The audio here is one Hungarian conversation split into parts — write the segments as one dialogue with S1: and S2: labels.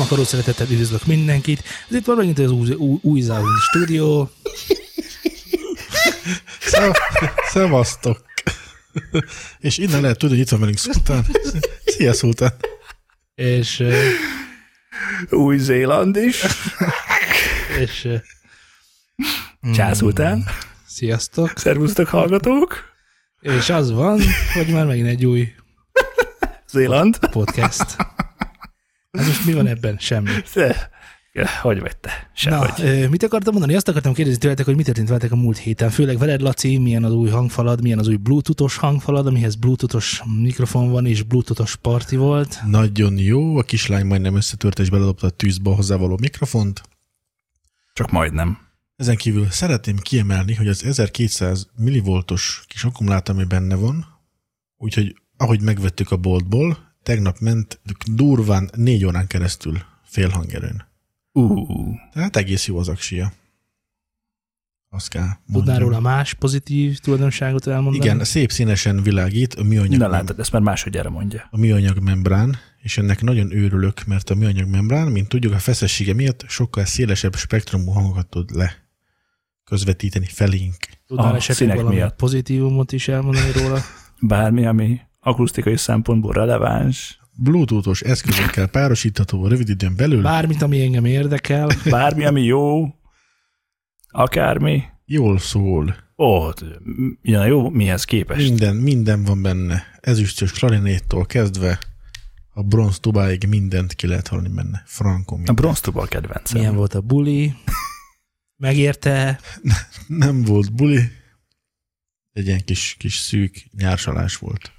S1: Akaró szeretettel üdvözlök mindenkit. Ez itt van megint az új, új, új Záun stúdió.
S2: Szev- Szevasztok! És innen lehet tudni, hogy itt van velünk Szultán. Szia, Szultán!
S1: És, ö,
S3: Új-Zéland is.
S1: és ö, Mm.
S3: Csász után.
S1: sziasztok.
S3: Szervusztok, hallgatók.
S1: És az van, hogy már megint egy új
S3: Zéland.
S1: podcast. Hát most mi van ebben? Semmi.
S3: Te, ja, hogy vagy te? Sehogy.
S1: Na, ö, mit akartam mondani? Azt akartam kérdezni tőletek, hogy mi történt veletek a múlt héten. Főleg veled, Laci, milyen az új hangfalad, milyen az új bluetoothos hangfalad, amihez bluetoothos mikrofon van és bluetoothos parti volt.
S2: Nagyon jó, a kislány majdnem összetört és beledobta a tűzbe a hozzávaló mikrofont.
S3: Csak majdnem.
S2: Ezen kívül szeretném kiemelni, hogy az 1200 millivoltos kis akkumulátor, ami benne van, úgyhogy ahogy megvettük a boltból, tegnap ment durván négy órán keresztül fél hangerőn.
S3: Ú,
S2: Tehát egész jó az aksia. Azt kell
S1: Tudnál
S2: mondanom.
S1: róla más pozitív tulajdonságot elmondani?
S2: Igen, szép színesen világít, a műanyag
S3: na
S2: nem-
S3: látod, ezt már másodjára mondja.
S2: a műanyag membrán, és ennek nagyon őrülök, mert a műanyag membrán, mint tudjuk, a feszessége miatt sokkal szélesebb spektrumú hangokat tud le közvetíteni felénk.
S1: Tudnál
S3: A
S1: esetleg
S3: színek
S1: valami miatt.
S3: miatt.
S1: pozitívumot is elmondani róla?
S3: Bármi, ami akusztikai szempontból releváns,
S2: Bluetoothos eszközökkel párosítható rövid időn belül
S1: Bármit, ami engem érdekel.
S3: bármi, ami jó, akármi.
S2: jól szól.
S3: Ó, t- m- ja, jó, mihez
S1: Mm.
S3: képest?
S2: Minden, minden van benne. Ezüstös klarinéttól kezdve a bronz tubáig mindent ki lehet hallani benne. Frankom.
S3: A bronztúból kedvencem.
S1: Milyen volt a buli? Megérte?
S2: Nem volt buli, egy ilyen kis, kis szűk nyársalás volt.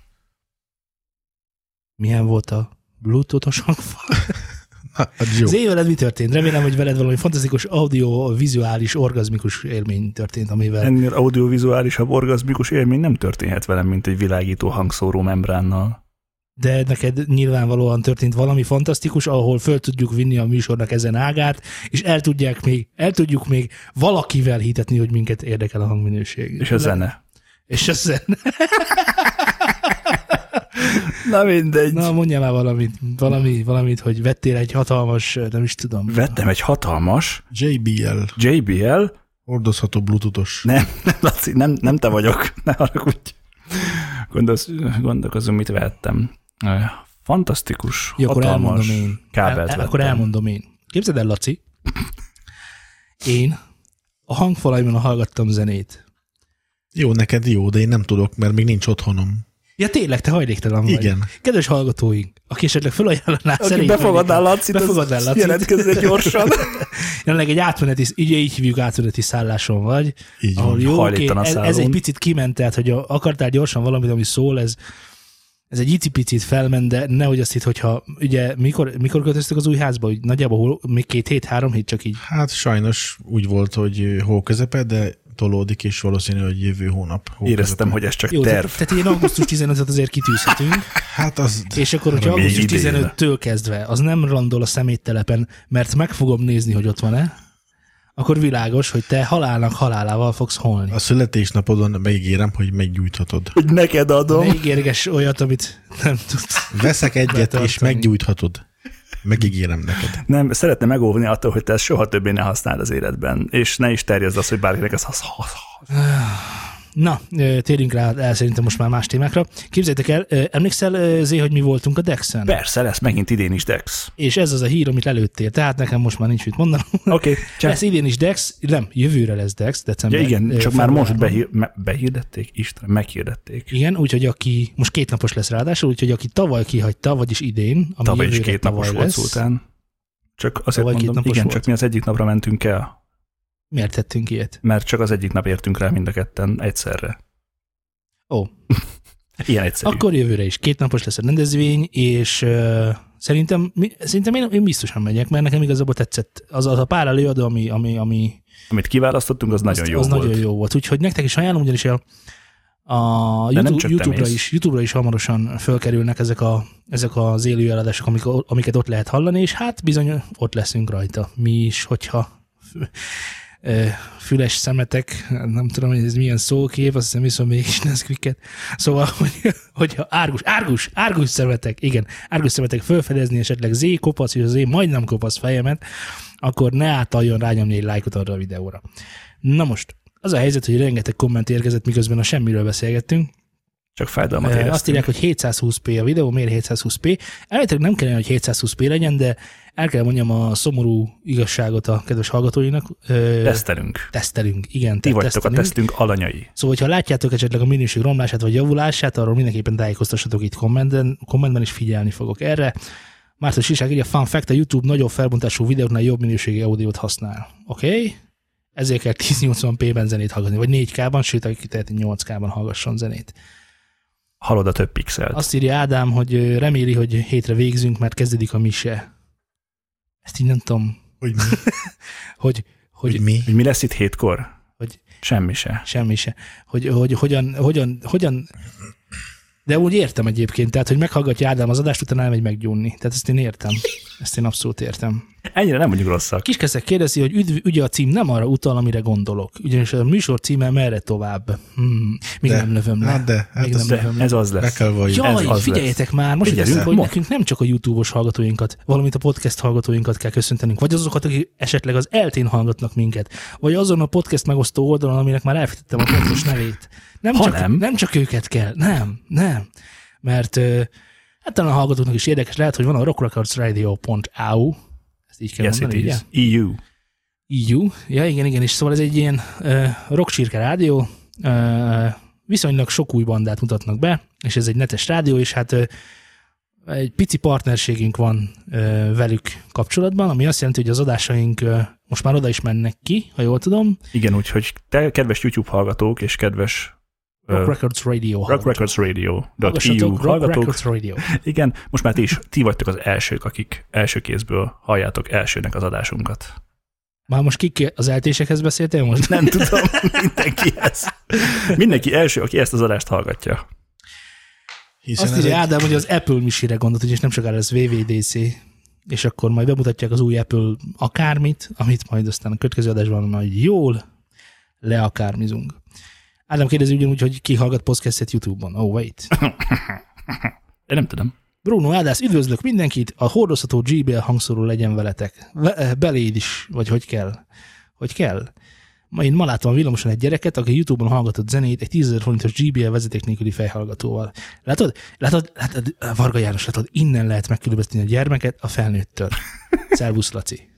S1: Milyen volt a bluetoothos hangfal?
S2: Na, hát jó.
S1: Az én veled mi történt? Remélem, hogy veled valami fantasztikus audio-vizuális, orgazmikus élmény történt, amivel
S3: Ennél audiovizuálisabb orgazmikus élmény nem történhet velem, mint egy világító hangszóró membránnal.
S1: de neked nyilvánvalóan történt valami fantasztikus, ahol föl tudjuk vinni a műsornak ezen ágát, és el, tudják még, el tudjuk még valakivel hitetni, hogy minket érdekel a hangminőség.
S3: És a zene.
S1: És a zene.
S3: Na mindegy.
S1: Na, mondjál már valamit, valami, valamit, hogy vettél egy hatalmas, nem is tudom.
S3: Vettem egy hatalmas
S2: JBL,
S3: JBL,
S2: hordozható bluetoothos.
S3: nem, nem, Laci, nem, nem te vagyok, ne haragudj. Gondolsz, gondolkozom, mit vettem. Fantasztikus,
S1: Jó, akkor
S3: hatalmas
S1: elmondom én.
S3: kábelt
S1: el,
S3: vettem.
S1: Akkor elmondom én. Képzeld el, Laci, én a hangfalaimon hallgattam zenét.
S2: Jó, neked jó, de én nem tudok, mert még nincs otthonom.
S1: Ja tényleg, te hajléktalan vagy.
S2: Igen.
S1: Kedves hallgatóink, aki esetleg felajánlaná
S3: Aki
S1: szerint
S3: befogadná Lacit,
S1: befogadnál
S3: az
S1: Lacit.
S3: jelentkezzen gyorsan.
S1: jelenleg egy átmeneti, így, így hívjuk átmeneti szálláson vagy,
S2: Így van.
S1: ahol jó, oké,
S3: hajléktalan
S1: ez, ez
S3: szállón.
S1: egy picit kimentelt, hogy a- akartál gyorsan valamit, ami szól, ez ez egy icipicit felment, de nehogy azt hitt, hogyha ugye mikor, mikor költöztök az új házba, hogy nagyjából hol, még két hét, három hét csak így.
S2: Hát sajnos úgy volt, hogy hó közepe, de tolódik, és valószínű, hogy jövő hónap. Hó
S3: Éreztem,
S2: közepe.
S3: hogy ez csak
S1: Jó,
S3: terv.
S1: tehát, tehát ilyen augusztus 15-et azért kitűzhetünk,
S2: Hát az...
S1: és akkor, hogyha
S2: Még
S1: augusztus
S3: idén.
S1: 15-től kezdve az nem randol a szeméttelepen, mert meg fogom nézni, hogy ott van-e, akkor világos, hogy te halálnak halálával fogsz holni.
S2: A születésnapodon megígérem, hogy meggyújthatod.
S3: Hogy neked adom.
S1: Ne ígérges olyat, amit nem tudsz.
S2: Veszek egyet,
S1: Betartani.
S2: és meggyújthatod. Megígérem neked.
S3: Nem, szeretném megóvni attól, hogy te ezt soha többé ne használd az életben, és ne is terjezd azt, hogy bárkinek ez hasz, hasz, hasz.
S1: Na, ö, térjünk rá el szerintem most már más témákra. Képzeljétek el, ö, emlékszel, ö, Zé, hogy mi voltunk a Dexen?
S3: Persze, lesz megint idén is Dex.
S1: És ez az a hír, amit előttél, tehát nekem most már nincs mit mondanom.
S3: Oké, okay,
S1: Lesz idén is Dex, nem, jövőre lesz Dex,
S3: ja,
S1: december.
S3: igen,
S1: ö,
S3: csak már most
S1: februárban.
S3: behír, me, behirdették, Isten, meghirdették.
S1: Igen, úgyhogy aki, most két napos lesz ráadásul, úgyhogy aki tavaly kihagyta, vagyis idén, ami
S3: Tavaly is
S1: jövőre
S3: két
S1: tavaly
S3: napos volt
S1: lesz,
S3: szultán. Csak azért
S1: Tavaly két
S3: mondom,
S1: napos
S3: igen,
S1: volt.
S3: csak mi az egyik napra mentünk el,
S1: Miért tettünk ilyet?
S3: mert csak az egyik nap értünk rá mind a ketten egyszerre.
S1: Ó.
S3: Ilyen egyszerű. Akkor...
S1: Akkor jövőre is két napos lesz a rendezvény, és ö, szerintem, mi, szerintem én, én biztosan megyek, mert nekem igazából tetszett az, az a pár előadó, ami, ami, ami
S3: Amit kiválasztottunk, az nagyon
S1: az,
S3: jó
S1: az
S3: volt.
S1: nagyon jó volt. Úgyhogy nektek is ajánlom, ugyanis a, a
S3: nem
S1: YouTube,
S3: csak te
S1: YouTube-ra,
S3: mész.
S1: is, YouTube-ra is hamarosan fölkerülnek ezek, a, ezek az élő eladások, amik, amiket ott lehet hallani, és hát bizony ott leszünk rajta. Mi is, hogyha ö, füles szemetek, nem tudom, hogy ez milyen szókép, azt hiszem iszom mégis Nesquiket. Szóval, hogy, hogyha árgus, árgus, árgus szemetek, igen, árgus szemetek fölfedezni esetleg Z kopasz, és az én majdnem kopasz fejemet, akkor ne átaljon rányomni egy lájkot arra a videóra. Na most, az a helyzet, hogy rengeteg komment érkezett, miközben a semmiről beszélgettünk,
S3: Csak fájdalmat
S1: Ö,
S3: éreztünk.
S1: Azt írják, hogy 720p a videó, miért 720p? Elvileg nem kellene, hogy 720p legyen, de el kell mondjam a szomorú igazságot a kedves hallgatóinak. Ö,
S3: Tesztelünk.
S1: Tesztelünk, igen.
S3: Ti
S1: tehát
S3: vagytok a tesztünk alanyai.
S1: Szóval, hogyha látjátok esetleg a minőség romlását vagy javulását, arról mindenképpen tájékoztassatok itt kommentben, kommentben is figyelni fogok erre. Márton Siság írja, fun fact, a YouTube nagyobb felbontású videóknál jobb minőségi audiót használ. Oké? Okay? Ezért kell 1080p-ben zenét hallgatni, vagy 4K-ban, sőt, aki teheti 8K-ban hallgasson zenét.
S3: Halod a több pixelt.
S1: Azt írja Ádám, hogy ö, reméli, hogy hétre végzünk, mert kezdődik a mise. Ezt így nem tudom,
S2: Hogy mi?
S1: hogy, hogy
S2: Hogy mi?
S3: Hogy mi lesz itt hétkor?
S1: Hogy-
S3: Semmi se.
S1: semmi se. Hogy, hogy hogyan, hogyan, hogyan, de úgy értem egyébként, tehát, hogy meghallgatja Ádám az adást, utána elmegy meggyúnni. Tehát ezt én értem. Ezt én abszolút értem.
S3: Ennyire nem vagyunk rosszak.
S1: Kiskeszek kérdezi, hogy üdv, ugye a cím nem arra utal, amire gondolok. Ugyanis a műsor címe merre tovább. Hmm, még
S2: De.
S1: nem lövöm le.
S2: Hát de, hát
S1: Még
S2: ez
S1: nem
S3: De
S1: lövöm le.
S3: ez az
S2: be
S3: lesz.
S2: kell valljuk.
S3: ez
S1: Jaj,
S3: az
S1: figyeljetek már, most
S3: Figyelj,
S1: figyeljetek, hogy
S3: mo-
S1: nekünk nem csak a YouTube-os hallgatóinkat, valamint a podcast hallgatóinkat kell köszöntenünk, vagy azokat, akik esetleg az eltén hallgatnak minket, vagy azon a podcast megosztó oldalon, aminek már elfejtettem a pontos nevét. Nem,
S3: Ha
S1: csak,
S3: nem.
S1: nem csak őket kell, nem, nem. Mert ö, hát talán a hallgatóknak is érdekes lehet, hogy van a rockrecordsradio.au, ezt így kell
S3: Yes, it
S1: mondani,
S3: is. E
S1: ugye?
S3: EU.
S1: EU. Ja, igen, igen, és szóval ez egy ilyen uh, rockcsirke rádió, uh, viszonylag sok új bandát mutatnak be, és ez egy netes rádió, és hát uh, egy pici partnerségünk van uh, velük kapcsolatban, ami azt jelenti, hogy az adásaink uh, most már oda is mennek ki, ha jól tudom,
S3: Igen, úgyhogy te, kedves YouTube hallgatók és kedves ö,
S1: Rock Records Radio.
S3: Rock
S1: hallgatók.
S3: Records Radio.
S1: Hallgassatok
S3: EU
S1: Rock
S3: hallgatók.
S1: Records Radio.
S3: Igen, most már ti is, ti vagytok az elsők, akik első kézből halljátok elsőnek az adásunkat.
S1: Már most kik az eltésekhez beszéltél most?
S3: Nem tudom, mindenki ez. Mindenki első, aki ezt az adást hallgatja.
S2: Hiszen
S1: Azt
S2: ez
S1: írja
S2: egy-
S1: Ádám, hogy az Apple misére gondolt, és nem sokára lesz VVDC, és akkor majd bemutatják az új Apple akármit, amit majd aztán a következő adásban majd jól leakármizunk. Ádám kérdezi ugyanúgy, hogy ki hallgat podcastet YouTube-on. Oh, wait.
S3: Én nem tudom.
S1: Bruno Ádász, üdvözlök mindenkit, a hordozható GBL hangszóró legyen veletek. Ve- eh, beléd is, vagy hogy kell. Hogy kell. Ma én ma láttam a villamoson egy gyereket, aki YouTube-on hallgatott zenét egy 10 000 forintos GBL vezeték nélküli fejhallgatóval. Látod? Látod? Látod? Varga János, látod? Innen lehet megkülönböztetni a gyermeket a felnőttől. Szervusz, Laci.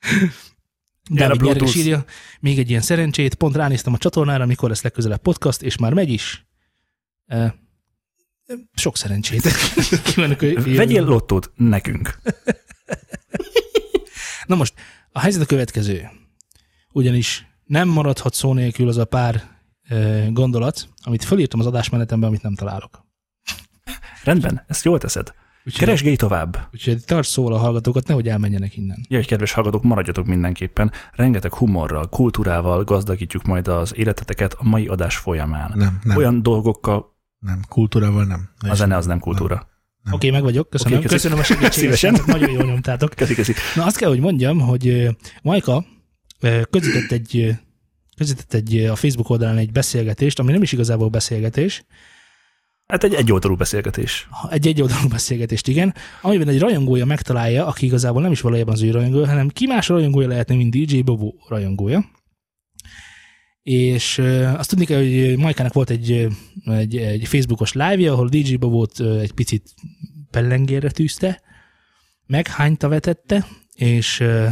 S1: De
S3: Jön a
S1: Bluetooth.
S3: Bluetooth.
S1: Írja, még egy ilyen szerencsét, pont ránéztem a csatornára, mikor lesz legközelebb podcast, és már megy is. E, sok szerencsét. Kívánok, hogy jöjjön.
S3: Vegyél lottót nekünk.
S1: Na most, a helyzet a következő. Ugyanis nem maradhat szó nélkül az a pár ö, gondolat, amit fölírtam az adásmenetemben, amit nem találok.
S3: Rendben, ezt jól teszed.
S1: Úgyhogy,
S3: Keresgélj tovább.
S1: úgyhogy tarts szóval a hallgatókat, nehogy elmenjenek innen.
S3: Jaj, kedves hallgatók, maradjatok mindenképpen. Rengeteg humorral, kultúrával gazdagítjuk majd az életeteket a mai adás folyamán.
S2: Nem, nem,
S3: Olyan dolgokkal
S2: nem. Kultúrával nem. Ne
S3: a
S2: is-
S3: zene az nem kultúra.
S1: Oké, okay, meg vagyok, köszönöm.
S3: Oké,
S1: Okay,
S3: köszönöm.
S1: köszönöm. a
S3: Szívesen.
S1: segítséget, nagyon jól nyomtátok.
S3: Köszi, köszi.
S1: Na azt kell, hogy mondjam, hogy ö, Majka ö, közvetett egy, ö, közvetett egy ö, a Facebook oldalán egy beszélgetést, ami nem is igazából beszélgetés,
S3: Hát egy egyoldalú beszélgetés.
S1: egy egyoldalú beszélgetést, igen, amiben egy rajongója megtalálja, aki igazából nem is valójában az ő rajongója, hanem ki más rajongója lehetne, mint DJ Bobo rajongója. És ö, azt tudni kell, hogy Majkának volt egy, ö, egy, egy Facebookos live ahol DJ Bobót ö, egy picit pellengérre tűzte, meghányta vetette, és ö,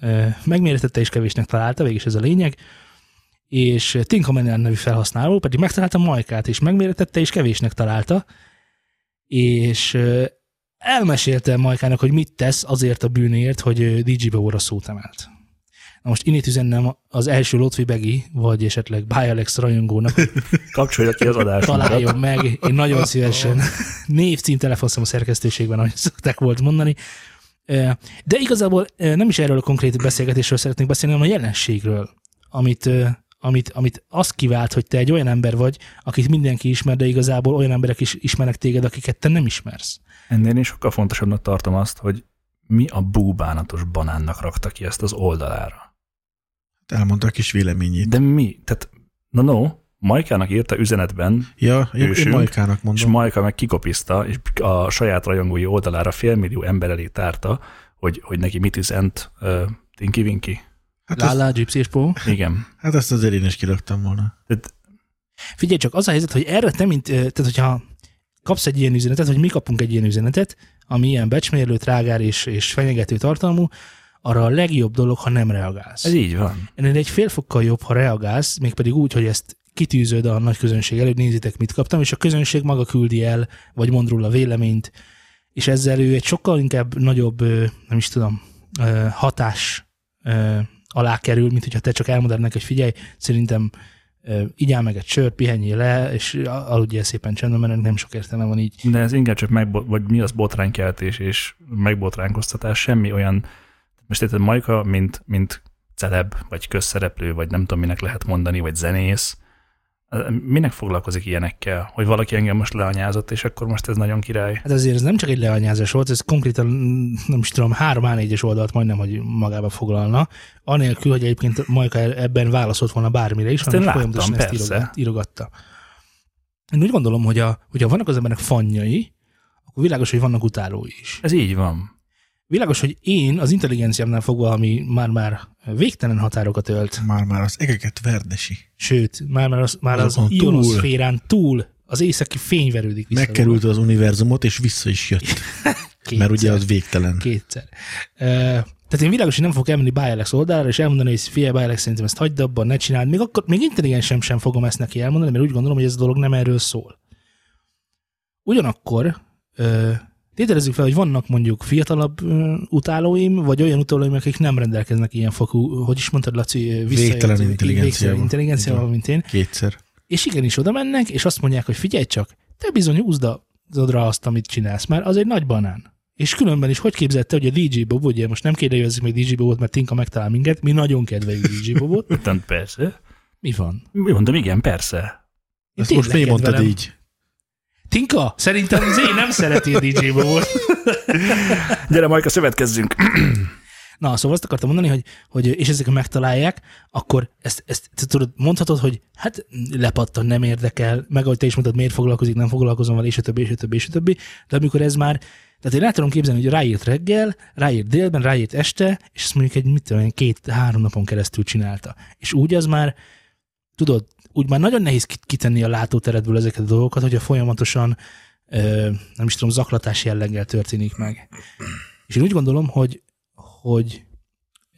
S1: ö, megméretette és kevésnek találta, végig ez a lényeg, és Tinka Menel nevű felhasználó pedig megtalálta Majkát, és megméretette és kevésnek találta, és ö, elmesélte Majkának, hogy mit tesz azért a bűnért, hogy ö, DJ Bauer a szót emelt. Na most innét üzennem az első Lotfi Begi, vagy esetleg By Alex rajongónak, hogy
S3: Kapcsolja ki az adásunkat.
S1: találjon meg, én nagyon szívesen név cím telefonszám a szerkesztőségben, ahogy szokták volt mondani. Ö, De igazából ö, nem is erről a konkrét beszélgetésről szeretnék beszélni, hanem a jelenségről, amit, ö, amit, amit azt kivált, hogy te egy olyan ember vagy, akit mindenki ismer, de igazából olyan emberek is ismernek téged, akiket te nem ismersz.
S3: Ennél én sokkal fontosabbnak tartom azt, hogy mi a búbánatos banánnak rakta ki ezt az oldalára?
S2: Elmondta a kis véleményét.
S3: De mi? Tehát, na no, Majkának írta üzenetben,
S2: Ja, én, én
S3: Ősünk.
S2: Majkának
S3: és
S2: mondom.
S3: Majka meg kikopiszta, és a saját rajongói oldalára félmillió ember elé tárta, hogy, hogy neki mit üzent uh, Tinky Winky.
S2: Hát, ezt,
S1: Lala, Gypsy és Pó.
S3: Igen.
S2: hát ezt azért én is kiraktam volna.
S3: Tehát,
S1: Figyelj csak, az a helyzet, hogy erre te, mint, ö, tehát hogyha kapsz egy ilyen üzenetet, vagy mi kapunk egy ilyen üzenetet, ami ilyen becsmérlő, trágár és, és fenyegető tartalmú, arra a legjobb dolog, ha nem reagálsz.
S3: ez így van.
S1: Ennél egy fél fokkal jobb, ha reagálsz, mégpedig úgy, hogy ezt kitűzöd a nagy közönség előtt, nézzétek, mit kaptam, és a közönség maga küldi el, vagy mond róla véleményt, és ezzel ő egy sokkal inkább nagyobb, ö, nem is tudom, ö, hatás ö, alá kerül, mint hogyha te csak elmondod neki, hogy figyelj, szerintem ö, igyál meg egy sört, pihenjél le, és aludjál szépen csendben, mert ennek nem sok értelme van így.
S3: De ez inkább csak megbo- vagy mi az botránykeltés és megbotránkoztatás, semmi olyan, most érted Majka, mint, mint celeb, vagy közszereplő, vagy nem tudom, minek lehet mondani, vagy zenész, minek foglalkozik ilyenekkel, hogy valaki engem most leanyázott, és akkor most ez nagyon király.
S1: Hát azért ez nem csak egy leanyázás volt, ez konkrétan, mm, nem is tudom, három a 4 oldalt majdnem, hogy magába foglalna, anélkül, hogy egyébként Majka ebben válaszolt volna bármire is,
S3: én
S1: hanem
S3: láttam,
S1: folyamatosan ezt
S3: persze.
S1: írogat- írogatta. Én úgy gondolom, hogy a, hogyha vannak az embernek fanjai, akkor világos, hogy vannak utálói is.
S3: Ez így van.
S1: Világos, hogy én az intelligenciámnál fogva, ami már-már végtelen határokat ölt,
S2: Már-már az egeket verdesi.
S1: sőt, már-már az, már az,
S2: Azon túl.
S1: ionoszférán túl az északi fény verődik vissza.
S2: Megkerült az univerzumot, és vissza is jött, mert ugye az végtelen.
S1: kétszer. Ö, Tehát én világos, hogy nem fogok elmenni Bájelex oldalára, és elmondani, hogy figyelj, Bájelex, szerintem ezt hagyd abban, ne csináld. Még, akkor, még intelligensem sem fogom ezt neki elmondani, mert úgy gondolom, hogy ez a dolog nem erről szól. Ugyanakkor ö, tételezzük fel, hogy vannak mondjuk fiatalabb ö, utálóim, vagy olyan utálóim, akik nem rendelkeznek ilyen fokú, hogy is mondtad, Laci, ö, visszajöttő-
S2: Végtelen intelligenciával.
S1: végtelen intelligenciával,
S2: Igen.
S1: mint én,
S2: Kétszer.
S1: és igenis oda mennek, és azt mondják, hogy figyelj csak, te bizony úzdodra azt, amit csinálsz, mert az egy nagy banán. És különben is, hogy képzelte, hogy a DJ Bob, ugye most nem kérdejezzük még DJ Bobot, mert Tinka megtalál minket, mi nagyon kedveljük DJ Bobot.
S3: Utána persze.
S1: Mi van?
S3: Mondom, igen, persze.
S1: Én
S2: Ezt most
S1: tényleg
S2: miért mondtad
S1: kedvelem.
S2: így?
S1: Tinka, szerintem Zé nem szereti a DJ Bobot.
S3: Gyere, Majka, szövetkezzünk.
S1: Na, szóval azt akartam mondani, hogy, hogy és ezek megtalálják, akkor ezt, ezt te tudod, mondhatod, hogy hát lepattan, nem érdekel, meg ahogy te is mondtad, miért foglalkozik, nem foglalkozom vele, és a többi, és a többi, és a többi. De amikor ez már, tehát én el tudom képzelni, hogy ráírt reggel, ráírt délben, ráírt este, és ezt mondjuk egy, mit tudom, én, két-három napon keresztül csinálta. És úgy az már, tudod, úgy már nagyon nehéz ki- kitenni a látóteredből ezeket a dolgokat, hogyha folyamatosan, ö, nem is tudom, zaklatás jelleggel történik meg. És én úgy gondolom, hogy, hogy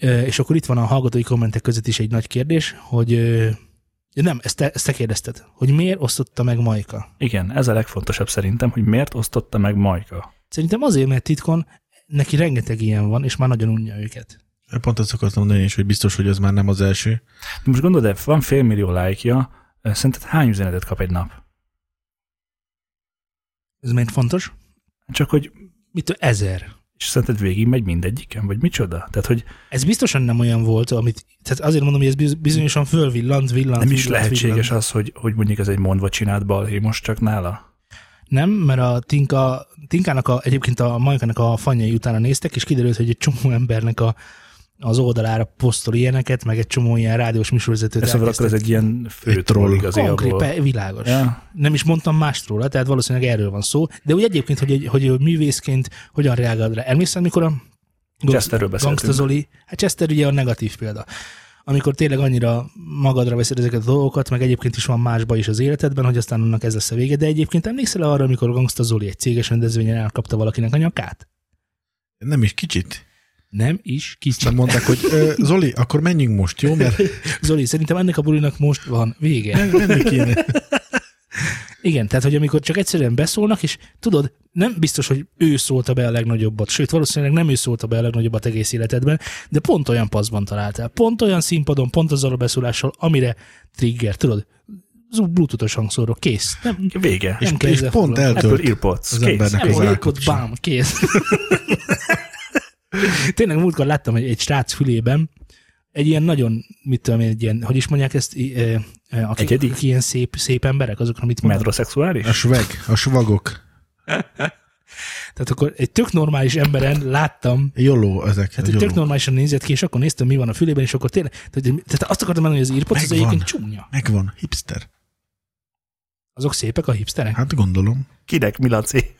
S1: ö, és akkor itt van a hallgatói kommentek között is egy nagy kérdés, hogy ö, nem, ezt te, ezt te kérdezted, hogy miért osztotta meg Majka?
S3: Igen, ez a legfontosabb szerintem, hogy miért osztotta meg Majka.
S1: Szerintem azért, mert titkon neki rengeteg ilyen van, és már nagyon unja őket.
S2: Pont azt akartam mondani is, hogy biztos, hogy az már nem az első.
S3: Most gondolod, el, van félmillió lájkja, szerinted hány üzenetet kap egy nap?
S1: Ez miért fontos?
S3: Csak hogy,
S1: Mit tudom, ezer.
S3: és szerinted végig megy mindegyiken, vagy micsoda? Tehát, hogy
S1: Ez biztosan nem olyan volt, amit, tehát azért mondom, hogy ez biz- bizonyosan fölvillant, villant,
S3: nem is
S1: villant,
S3: lehetséges
S1: villant.
S3: az, hogy, hogy mondjuk ez egy mondva csinált balhé most csak nála.
S1: Nem, mert a Tinka, Tinkának a, egyébként a Majkának a fanyai utána néztek, és kiderült, hogy egy csomó embernek a, az oldalára posztol ilyenet, meg egy csomó ilyen rádiós műsorvezetőt.
S3: Ez szóval akkor ez egy ilyen fő
S2: Egy troll.
S3: troll igazából.
S1: Konkrét, világos.
S3: Ja.
S1: Nem is mondtam más róla, tehát valószínűleg erről van szó. De úgy egyébként, hogy, egy, hogy ő művészként hogyan reagál rá. Emlékszel, mikor a
S3: Chesterről beszéltünk.
S1: Gangsta Zoli, hát Chester ugye a negatív példa. Amikor tényleg annyira magadra veszed ezeket a dolgokat, meg egyébként is van másba is az életedben, hogy aztán annak ez lesz a vége, de egyébként emlékszel arra, amikor Gangsta Zoli egy céges rendezvényen elkapta valakinek a nyakát?
S2: Nem is kicsit.
S1: Nem is kicsit.
S2: Aztán mondták, hogy "Ö, Zoli, akkor menjünk most, jó? Mert
S1: Zoli, szerintem ennek a bulinak most van vége.
S2: menni kéne.
S1: Igen, tehát hogy amikor csak egyszerűen beszólnak, és tudod, nem biztos, hogy ő szólta be a legnagyobbat, sőt, valószínűleg nem ő szólta be a legnagyobbat egész életedben, de pont olyan paszban találtál, pont olyan színpadon, pont azzal a beszólással, amire trigger, tudod, zu- bluetoothos hangszóró, kész. Nem,
S3: Vége.
S2: És,
S1: Nem
S2: és
S1: kézzel
S2: pont
S1: foglalom.
S3: Apple
S2: eltölt.
S3: Earpods.
S2: az
S3: Kész.
S2: embernek
S1: nem
S2: az
S1: volt
S2: állapot
S1: ott, bám, kész. Tényleg múltkor láttam egy, egy srác fülében, egy ilyen nagyon, mit tudom én, egy ilyen, hogy is mondják ezt, i- e, e, akik,
S3: Egyedi?
S1: akik ilyen szép, szép emberek, azokra mit mondanak?
S2: A
S3: Metroszexuális?
S2: sveg, a svagok.
S1: Tehát akkor egy tök normális emberen láttam,
S2: Joló ezek.
S1: tehát Hát egy
S2: joló.
S1: tök normálisan nézett ki, és akkor néztem, mi van a fülében, és akkor tényleg, tehát, egy- tehát azt akartam mondani, hogy az írpoc az
S2: Megvan.
S1: egyébként csúnya.
S2: Megvan, hipster.
S1: Azok szépek a hipsterek?
S2: Hát gondolom.
S3: Kinek mi, Laci?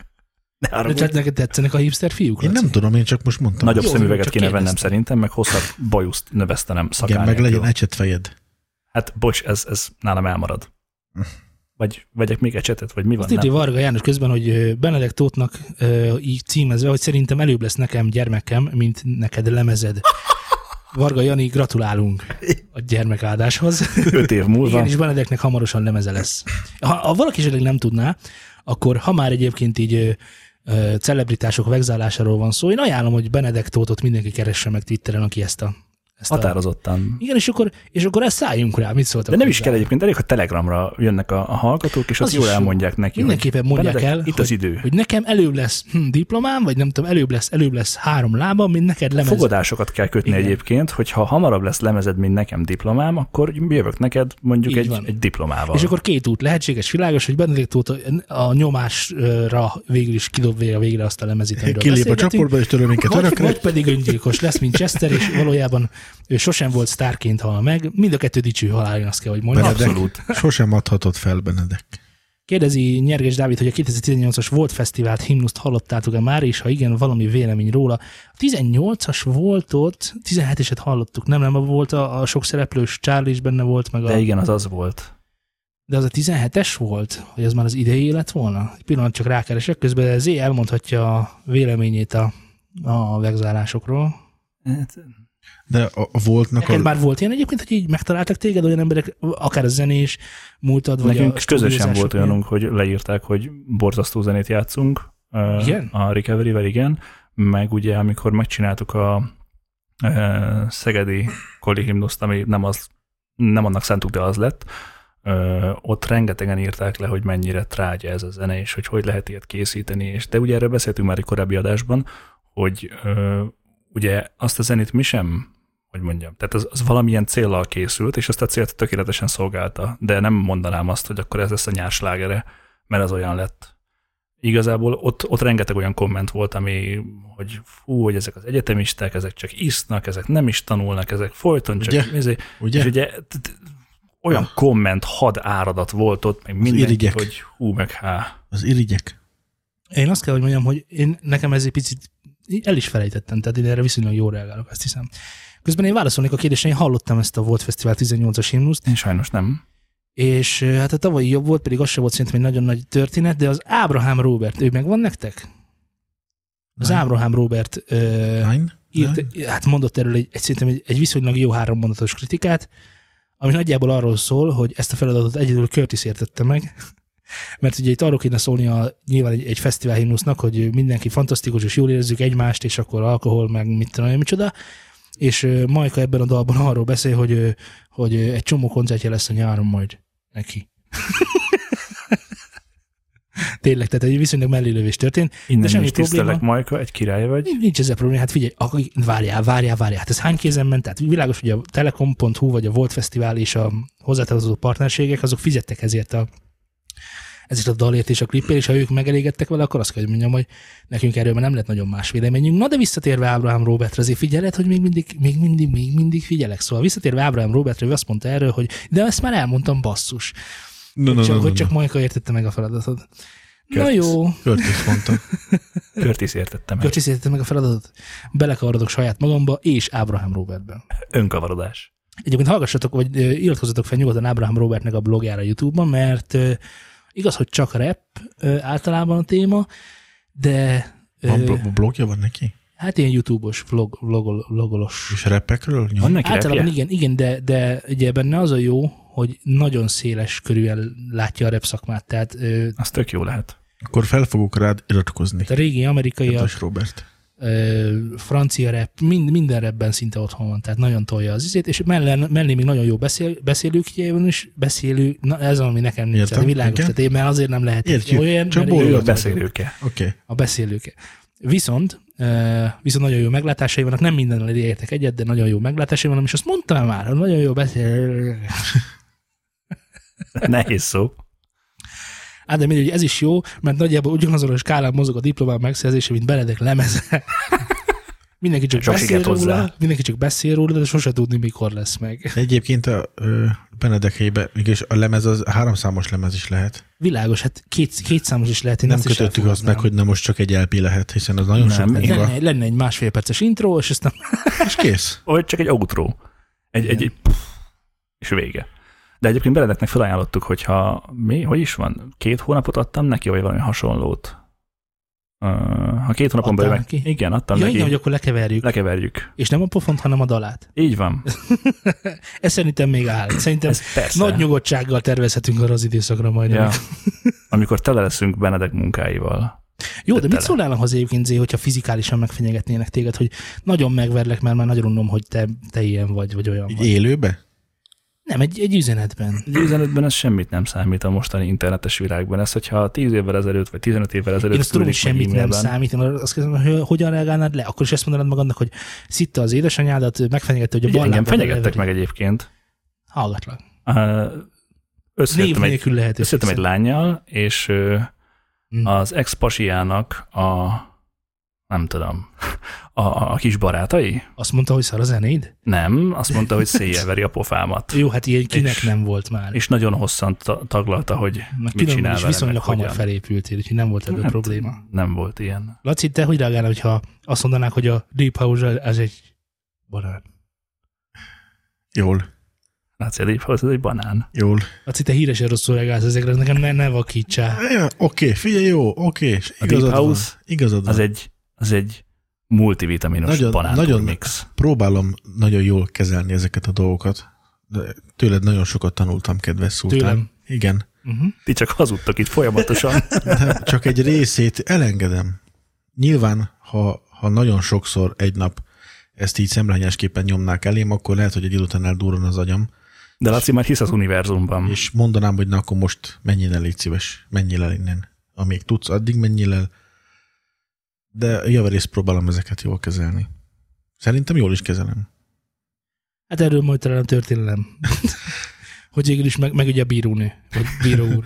S3: Ne
S1: De
S3: haragudj.
S1: Tehát neked tetszenek a hipster fiúk?
S2: Én
S1: Laci?
S2: nem tudom, én csak most mondtam.
S3: Nagyobb
S1: Jó,
S3: szemüveget
S1: csak
S3: kéne vennem
S1: kérdeztem.
S3: szerintem, meg hosszabb bajuszt növesztenem szakán
S2: Igen, meg
S3: nélkül.
S2: legyen ecset fejed.
S3: Hát bocs, ez, ez nálam elmarad. Vagy vegyek még egy csetet, vagy mi van?
S1: Hm. Azt írja
S3: Nem.
S1: Varga János közben, hogy ö, Benedek Tótnak ö, így címezve, hogy szerintem előbb lesz nekem gyermekem, mint neked lemezed. Varga Jani, gratulálunk a gyermekáldáshoz.
S3: Öt év múlva.
S1: Igen, és Benedeknek hamarosan lemeze lesz. Ha, ha valaki esetleg nem tudná, akkor ha már egyébként így ö, ö, celebritások vegzálásáról van szó, én ajánlom, hogy Benedek Tótot mindenki keresse meg Twitteren, aki ezt a... Ezt a
S3: Határozottan.
S1: igen, és akkor, és akkor ezt szálljunk rá, mit szóltak.
S3: De nem is
S1: hozzá?
S3: kell egyébként, elég, ha Telegramra jönnek a, a hallgatók, és
S1: Az
S3: azt
S1: is
S3: jól
S1: jó.
S3: elmondják neki. hogy
S1: Mindenképpen mondják
S3: Benedek,
S1: el,
S3: Itt az idő.
S1: hogy nekem előbb lesz hm, diplomám, vagy nem tudom, előbb lesz, előbb lesz három lábam, mint
S3: Hát
S1: neked lemez.
S3: Fogadásokat kell kötni
S1: Igen.
S3: Igen. egyébként, hogy ha hamarabb lesz lemezed, mint nekem diplomám, akkor jövök neked mondjuk
S1: Így
S3: egy,
S1: van.
S3: egy diplomával.
S1: És akkor két út lehetséges, világos, hogy Benedikt Tóth a- a nyomásra végül is kidobja végre azt a lemezit, amiről
S2: Kilép a
S1: beszélgetünk.
S2: csoportba, és töröl minket
S1: Vagy,
S2: örökre.
S1: vagy pedig öngyilkos lesz, mint Chester, és valójában ő sosem volt sztárként hal meg. Mind a kettő dicső haláljon, azt kell, hogy mondjam.
S2: Benedek.
S3: Abszolút.
S2: Sosem adhatod fel, Benedek.
S1: Kérdezi Nyerges Dávid, hogy a 2018-as Volt Fesztivált himnuszt hallottátok-e már, és ha igen, valami vélemény róla. A 18-as Voltot, 17-eset hallottuk, nem, nem, a volt a, a sok szereplős Charlie is benne volt, meg a,
S3: De igen, az az volt.
S1: de az a 17-es volt, hogy az már az idei lett volna? Egy pillanat csak rákeresek, közben Zé elmondhatja a véleményét a, a vegzálásokról.
S3: Hát,
S2: De a, a voltnak
S1: Neked
S2: a...
S1: már volt ilyen egyébként, hogy így megtaláltak téged olyan emberek, akár a zenés, múltad, vagy
S3: Nekünk
S1: a
S3: közösen volt
S1: stúdiózásoknél?
S3: olyanunk, hogy leírták, hogy borzasztó zenét játszunk ö,
S1: Igen?
S3: a Recovery-vel, igen. Meg ugye, amikor megcsináltuk a ö, szegedi kolihimnuszt, ami nem, az, nem annak szántuk, de az lett, ö, ott rengetegen írták le, hogy mennyire trágya ez a zene, és hogy hogy lehet ilyet készíteni, és de ugye erről beszéltünk már egy korábbi adásban, hogy ö, ugye azt a zenét mi sem hogy mondjam, tehát az, az valamilyen céllal készült, és azt a célt tökéletesen szolgálta, de nem mondanám azt, hogy akkor ez lesz a nyárslágere, mert az olyan lett. Igazából ott, ott rengeteg olyan komment volt, ami, hogy fú, hogy ezek az egyetemisták, ezek csak isznak, ezek nem is tanulnak, ezek folyton csak...
S2: Ugye?
S3: Ugye?
S2: Ugye?
S3: És ugye t- t- olyan komment had áradat volt ott, meg mindenki,
S2: irigyek.
S3: hogy hú, meg há.
S2: Az irigyek.
S1: Én azt kell, hogy mondjam, hogy én, nekem ez egy picit el is felejtettem, tehát én erre viszonylag jól reagálok, azt hiszem. Közben én válaszolnék a kérdésre, én hallottam ezt a Volt Fesztivál 18-as himnuszt,
S3: Én sajnos nem.
S1: és ö, hát a tavalyi jobb volt, pedig az sem volt szerintem egy nagyon nagy történet, de az Ábrahám Robert, ő megvan nektek? Az
S2: Nem.
S1: Ábrahám Robert ö,
S2: Nein? Nem?
S1: írt, hát mondott erről egy, egy, szerintem egy, egy viszonylag jó három mondatos kritikát, ami nagyjából arról szól, hogy ezt a feladatot egyedül Curtis értette meg, mert ugye itt arról kéne szólni a, nyilván egy, egy fesztivál himnusznak, hogy mindenki fantasztikus, és jól érezzük egymást, és akkor alkohol, meg mit tudom én, micsoda, és ö, Majka ebben a dalban arról beszél, hogy, ö, hogy ö, egy csomó koncertje lesz a nyáron majd neki. Tényleg, tehát egy viszonylag mellélövés történt.
S3: Innen
S1: semmi
S3: is tisztelek,
S1: probléma.
S3: Majka, egy király vagy.
S1: Nincs- Nincs ezzel probléma, hát figyelj, akkor várjál, várjál, várjál. Hát ez hány kézen ment? Tehát világos, hogy a Telekom.hu vagy a Volt Fesztivál és a hozzátartozó partnerségek, azok fizettek ezért a ezért a dalért és a klipért, és ha ők megelégedtek vele, akkor azt kell, hogy mondjam, hogy nekünk erről már nem lett nagyon más véleményünk. Na de visszatérve Ábrahám Robertre, azért figyeled, hogy még mindig, még mindig, még mindig figyelek. Szóval visszatérve Ábrahám Robertre, ő azt mondta erről, hogy de ezt már elmondtam, basszus.
S2: No, no,
S1: csak,
S2: no,
S1: hogy
S2: no,
S1: csak
S2: no.
S1: Majka értette meg a feladatot. Na
S3: Curtis.
S1: jó,
S2: Curtis mondta.
S3: Curtis értette meg.
S1: Kölcsi értette meg a feladatot. Belekavarodok saját magamba és Ábrahám Robertben.
S3: Önkavarodás.
S1: Egyébként hallgassatok, vagy ö, iratkozzatok fel nyugodtan Ábrahám Robertnek a blogjára YouTube-ban, mert ö, igaz, hogy csak rap ö, általában a téma, de ö,
S2: Van blo- blogja van neki?
S1: hát ilyen YouTube-os vlog, vlogol, vlogolos.
S2: És repekről? nyom?
S3: Van neki
S1: Általában
S3: repje?
S1: igen, igen de, de ugye benne az a jó, hogy nagyon széles körűen látja a rap szakmát, tehát ö,
S3: Az tök jó lehet.
S2: Akkor fel fogok rád iratkozni.
S1: a régi amerikaiak,
S2: Kedves Robert.
S1: ö, francia rep, mind, minden repben szinte otthon van, tehát nagyon tolja az izét, és mellé, mellé még nagyon jó beszél, beszélők jelen is, beszélő, na ez ami nekem nincs,
S2: Értem,
S1: tehát világos,
S2: igen.
S1: tehát én már azért nem lehet
S2: Értjük,
S1: olyan,
S2: csak
S1: mert
S2: boldog
S1: én-
S3: Ő a
S2: Boldog.
S3: beszélőke.
S2: Oké. Okay.
S1: a beszélőke. Viszont, ö, viszont nagyon jó meglátásai vannak, nem mindennel értek egyet, de nagyon jó meglátásai vannak, és azt mondtam már, hogy nagyon jó beszél.
S3: Nehéz szó.
S1: Á, de mindegy, ez is jó, mert nagyjából ugyanazon a skálán mozog a diplomám megszerzése, mint Benedek lemeze. mindenki csak,
S3: Sok
S1: beszél
S3: sikert hozzá.
S1: róla, mindenki csak beszél róla, de sose tudni, mikor lesz meg.
S2: Egyébként a ö, Benedek helyébe, mégis a lemez az háromszámos lemez is lehet.
S1: Világos, hát két, két számos is lehet. Én
S2: Nem
S1: ezt is
S2: kötöttük azt meg,
S1: elfogadnám.
S2: hogy na most csak egy LP lehet, hiszen az nagyon
S3: Nem,
S2: sok
S3: igen.
S2: munka.
S1: lenne, lenne egy másfél perces intro, és aztán
S2: És kész.
S3: Vagy csak egy outro. Egy, egy, egy és vége. De egyébként Benedeknek felajánlottuk, hogyha mi, hogy is van? Két hónapot adtam neki, vagy valami hasonlót? Ö, Ha két hónapon
S1: Adtál
S3: belül meg...
S1: neki?
S3: Igen, adtam
S1: ja,
S3: neki.
S1: igen, hogy akkor lekeverjük. Le-
S3: Lekeverjük.
S1: és nem a pofont, hanem a dalát.
S3: Így van.
S1: Ez szerintem még áll. Szerintem
S3: Ez persze.
S1: nagy nyugodtsággal tervezhetünk arra az időszakra majd.
S3: ja.
S1: Ja.
S3: Amikor tele leszünk Benedek munkáival.
S1: Jó, de mit
S3: Tele.
S1: szólnál ahhoz egyébként, Zé, hogyha fizikálisan megfenyegetnének téged, hogy nagyon megverlek, mert már nagyon unom, hogy te, te ilyen vagy, vagy olyan
S2: Így
S1: vagy.
S2: élőbe? nem,
S1: Nem, egy, egy üzenetben.
S3: Egy üzenetben ez semmit nem számít a mostani internetes világban. Ez, hogyha 10 évvel ezelőtt, vagy 15 évvel ezelőtt
S1: Én azt tudom, hogy
S3: küldik meg
S1: semmit nem
S3: e-mailben.
S1: számít. Én azt kérdezem, hogy hogyan reagálnád le? Akkor is ezt mondanád magadnak, hogy szitta az édesanyádat, megfenyegette, hogy a
S3: Ugye, engem
S1: ballámban
S3: fenyegettek meg egyébként.
S1: Hallgatlak.
S3: Ö,
S1: Név
S3: Összejöttem egy,
S1: nélkül lehet.
S3: összejöttem egy lányjal, és ö,
S1: Mm.
S3: az ex-pasiának a, nem tudom, a, a kis barátai?
S1: Azt mondta, hogy szar a zenéd?
S3: Nem, azt mondta, hogy széjjel veri a pofámat.
S1: Jó, hát ilyen kinek
S3: És-
S1: nem volt már.
S3: És nagyon hosszan ta- taglalta, hogy
S1: Mert
S3: mit
S1: különben
S3: csinál
S1: is
S3: veled,
S1: viszonylag
S3: meg
S1: hamar
S3: hogyan.
S1: felépültél, úgyhogy nem volt ebből
S3: Hát,
S1: probléma.
S3: Nem volt ilyen.
S1: Laci, te hogy reagálnál, hogyha azt mondanák, hogy a Deep House az egy banán?
S2: Jól,
S3: Látszik, hogy ez egy banán.
S2: jól.
S1: Laci, te híresen rosszul reagálsz ezekre, ez nekem ne, ne vakítsá.
S2: Ja, oké, figyelj, jó, oké. és
S3: A
S2: Igazad
S3: Deep
S2: van.
S3: House
S2: Igazad van.
S3: Az egy, az egy multivitaminos
S2: Nagyon-
S3: nagyon, banán
S2: nagyon-
S3: nagyon mix.
S2: Próbálom nagyon jól kezelni ezeket a dolgokat. De tőled nagyon sokat tanultam, kedves szultán.
S1: Tőlem.
S2: Igen.
S1: Uh-huh.
S3: Ti csak hazudtok itt folyamatosan.
S2: De csak egy részét elengedem. Nyilván, ha, ha nagyon sokszor egy nap ezt így szemrehányásképpen nyomnák elém, akkor lehet, hogy egy idő után eldurran az agyam,
S3: De Laci már hisz az univerzumban.
S2: és mondanám, hogy na akkor most menjél el, légy szíves, menjél el innen. Amíg tudsz, addig menjél el. De javarészt próbálom ezeket jól kezelni. Szerintem jól is kezelem.
S1: Hát erről majd talán a történelem. hogy végül is meg, meg ugye a bírónő, vagy bíró úr.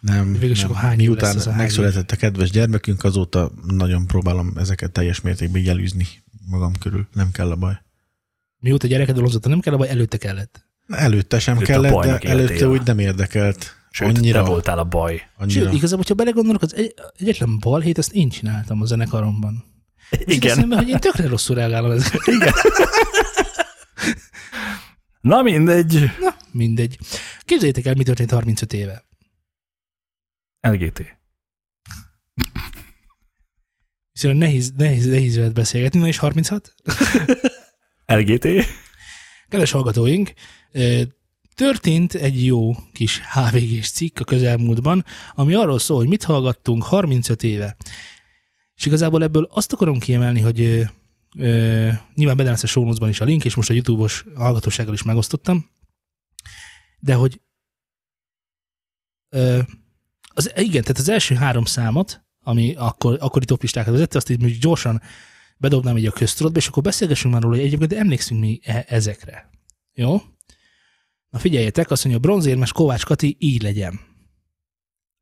S2: Nem,
S1: Végülis
S2: nem.
S1: akkor hány év
S2: Miután
S1: lesz az a hány
S2: megszületett a kedves gyermekünk, azóta nagyon próbálom ezeket teljes mértékben így elűzni magam körül. Nem kell a baj.
S1: Mióta gyereked dolgozott, nem kell, vagy előtte kellett.
S2: Na, Előtte sem
S3: Előtte a
S2: kellett, de
S3: bajnak
S2: előtte
S3: éltél.
S2: úgy nem érdekelt.
S3: Sőt,
S2: annyira,
S3: te voltál a baj.
S2: annyira.
S1: Sőt, igazából, ha belegondolok, az egy, egyetlen balhét, azt én csináltam a zenekaromban. És
S3: Igen.
S1: Eszembe, hogy én tökre rosszul reagálom ezekre.
S3: Na mindegy.
S1: Mindegy. Képzeljétek el, mi történt 35 éve.
S3: LGT.
S1: Viszont nehéz, nehéz, nehéz veled beszélgetni, na és 36?
S3: LGT?
S1: Kedves hallgatóink, ö, történt egy jó kis HVG-s cikk a közelmúltban, ami arról szól, hogy mit hallgattunk 35 éve. És igazából ebből azt akarom kiemelni, hogy ö, ö, nyilván benne lesz a show notes-ban is a link, és most a YouTube-os hallgatósággal is megosztottam, de hogy ö, az, igen, tehát az első három számot, ami akkor, akkori toplistákat vezette, azt így most gyorsan bedobnám így a köztudatba, és akkor beszélgessünk már róla, hogy egyébként emlékszünk mi e- ezekre. Jó? Na figyeljetek, azt mondja, bronzérmes Kovács Kati így legyen.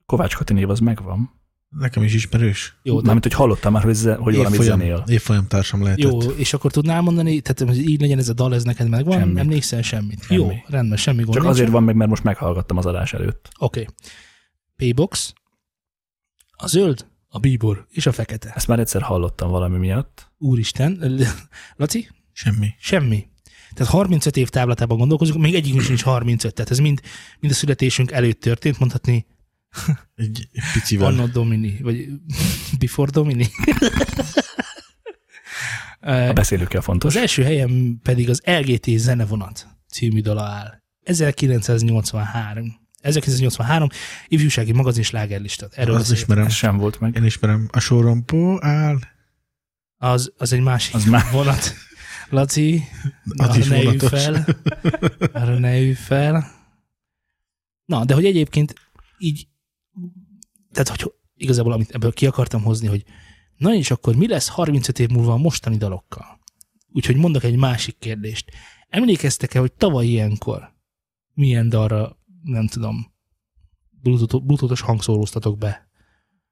S3: Kovács Kati név az megvan.
S2: Nekem is ismerős.
S1: Jó, de,
S3: Mármint, hogy hallottam már, hogy, ze, hogy valamit zenél.
S2: évfolyam társam lehetett.
S1: jó, és akkor tudnál mondani, tehát hogy így legyen ez a dal, ez neked megvan,
S3: Semmit.
S1: semmit. emlékszel semmit.
S3: Semmi.
S1: Jó, rendben, semmi gond
S3: Csak
S1: nincsen.
S3: azért van meg, mert most meghallgattam az adás előtt.
S1: Oké. Okay. P-box, a zöld, a bíbor és a fekete.
S3: Ezt már egyszer hallottam valami miatt.
S1: Úristen, Laci,
S2: Semmi.
S1: Semmi. Tehát 35 év távlatában gondolkozunk, még egyikünk sincs 35, tehát ez mind, mind a születésünk előtt történt, mondhatni
S2: Egy picivel.
S1: Anno Domini, vagy Before Domini.
S3: A
S1: Eh,
S3: beszélőkkel
S1: az
S3: fontos.
S1: első helyen pedig az LGT zenevonat című dala áll. 1983. 1983 ifjúsági magazin slágerlista. Erről
S2: Azt
S1: az,
S2: ismerem.
S3: Ez sem volt meg.
S2: Én ismerem. A sorompó áll.
S1: az, az egy másik
S3: Az már-
S1: vonat. Laci,
S2: Az is
S1: arra ne ülj
S2: vonatos.
S1: fel. Arra ne ülj fel. Na, de hogy egyébként így, tehát hogy igazából amit ebből ki akartam hozni, hogy na és akkor mi lesz 35 év múlva a mostani dalokkal? Úgyhogy mondok egy másik kérdést. Emlékeztek-e, hogy tavaly ilyenkor milyen dalra, nem tudom, Bluetooth- bluetoothos hangszóróztatok be.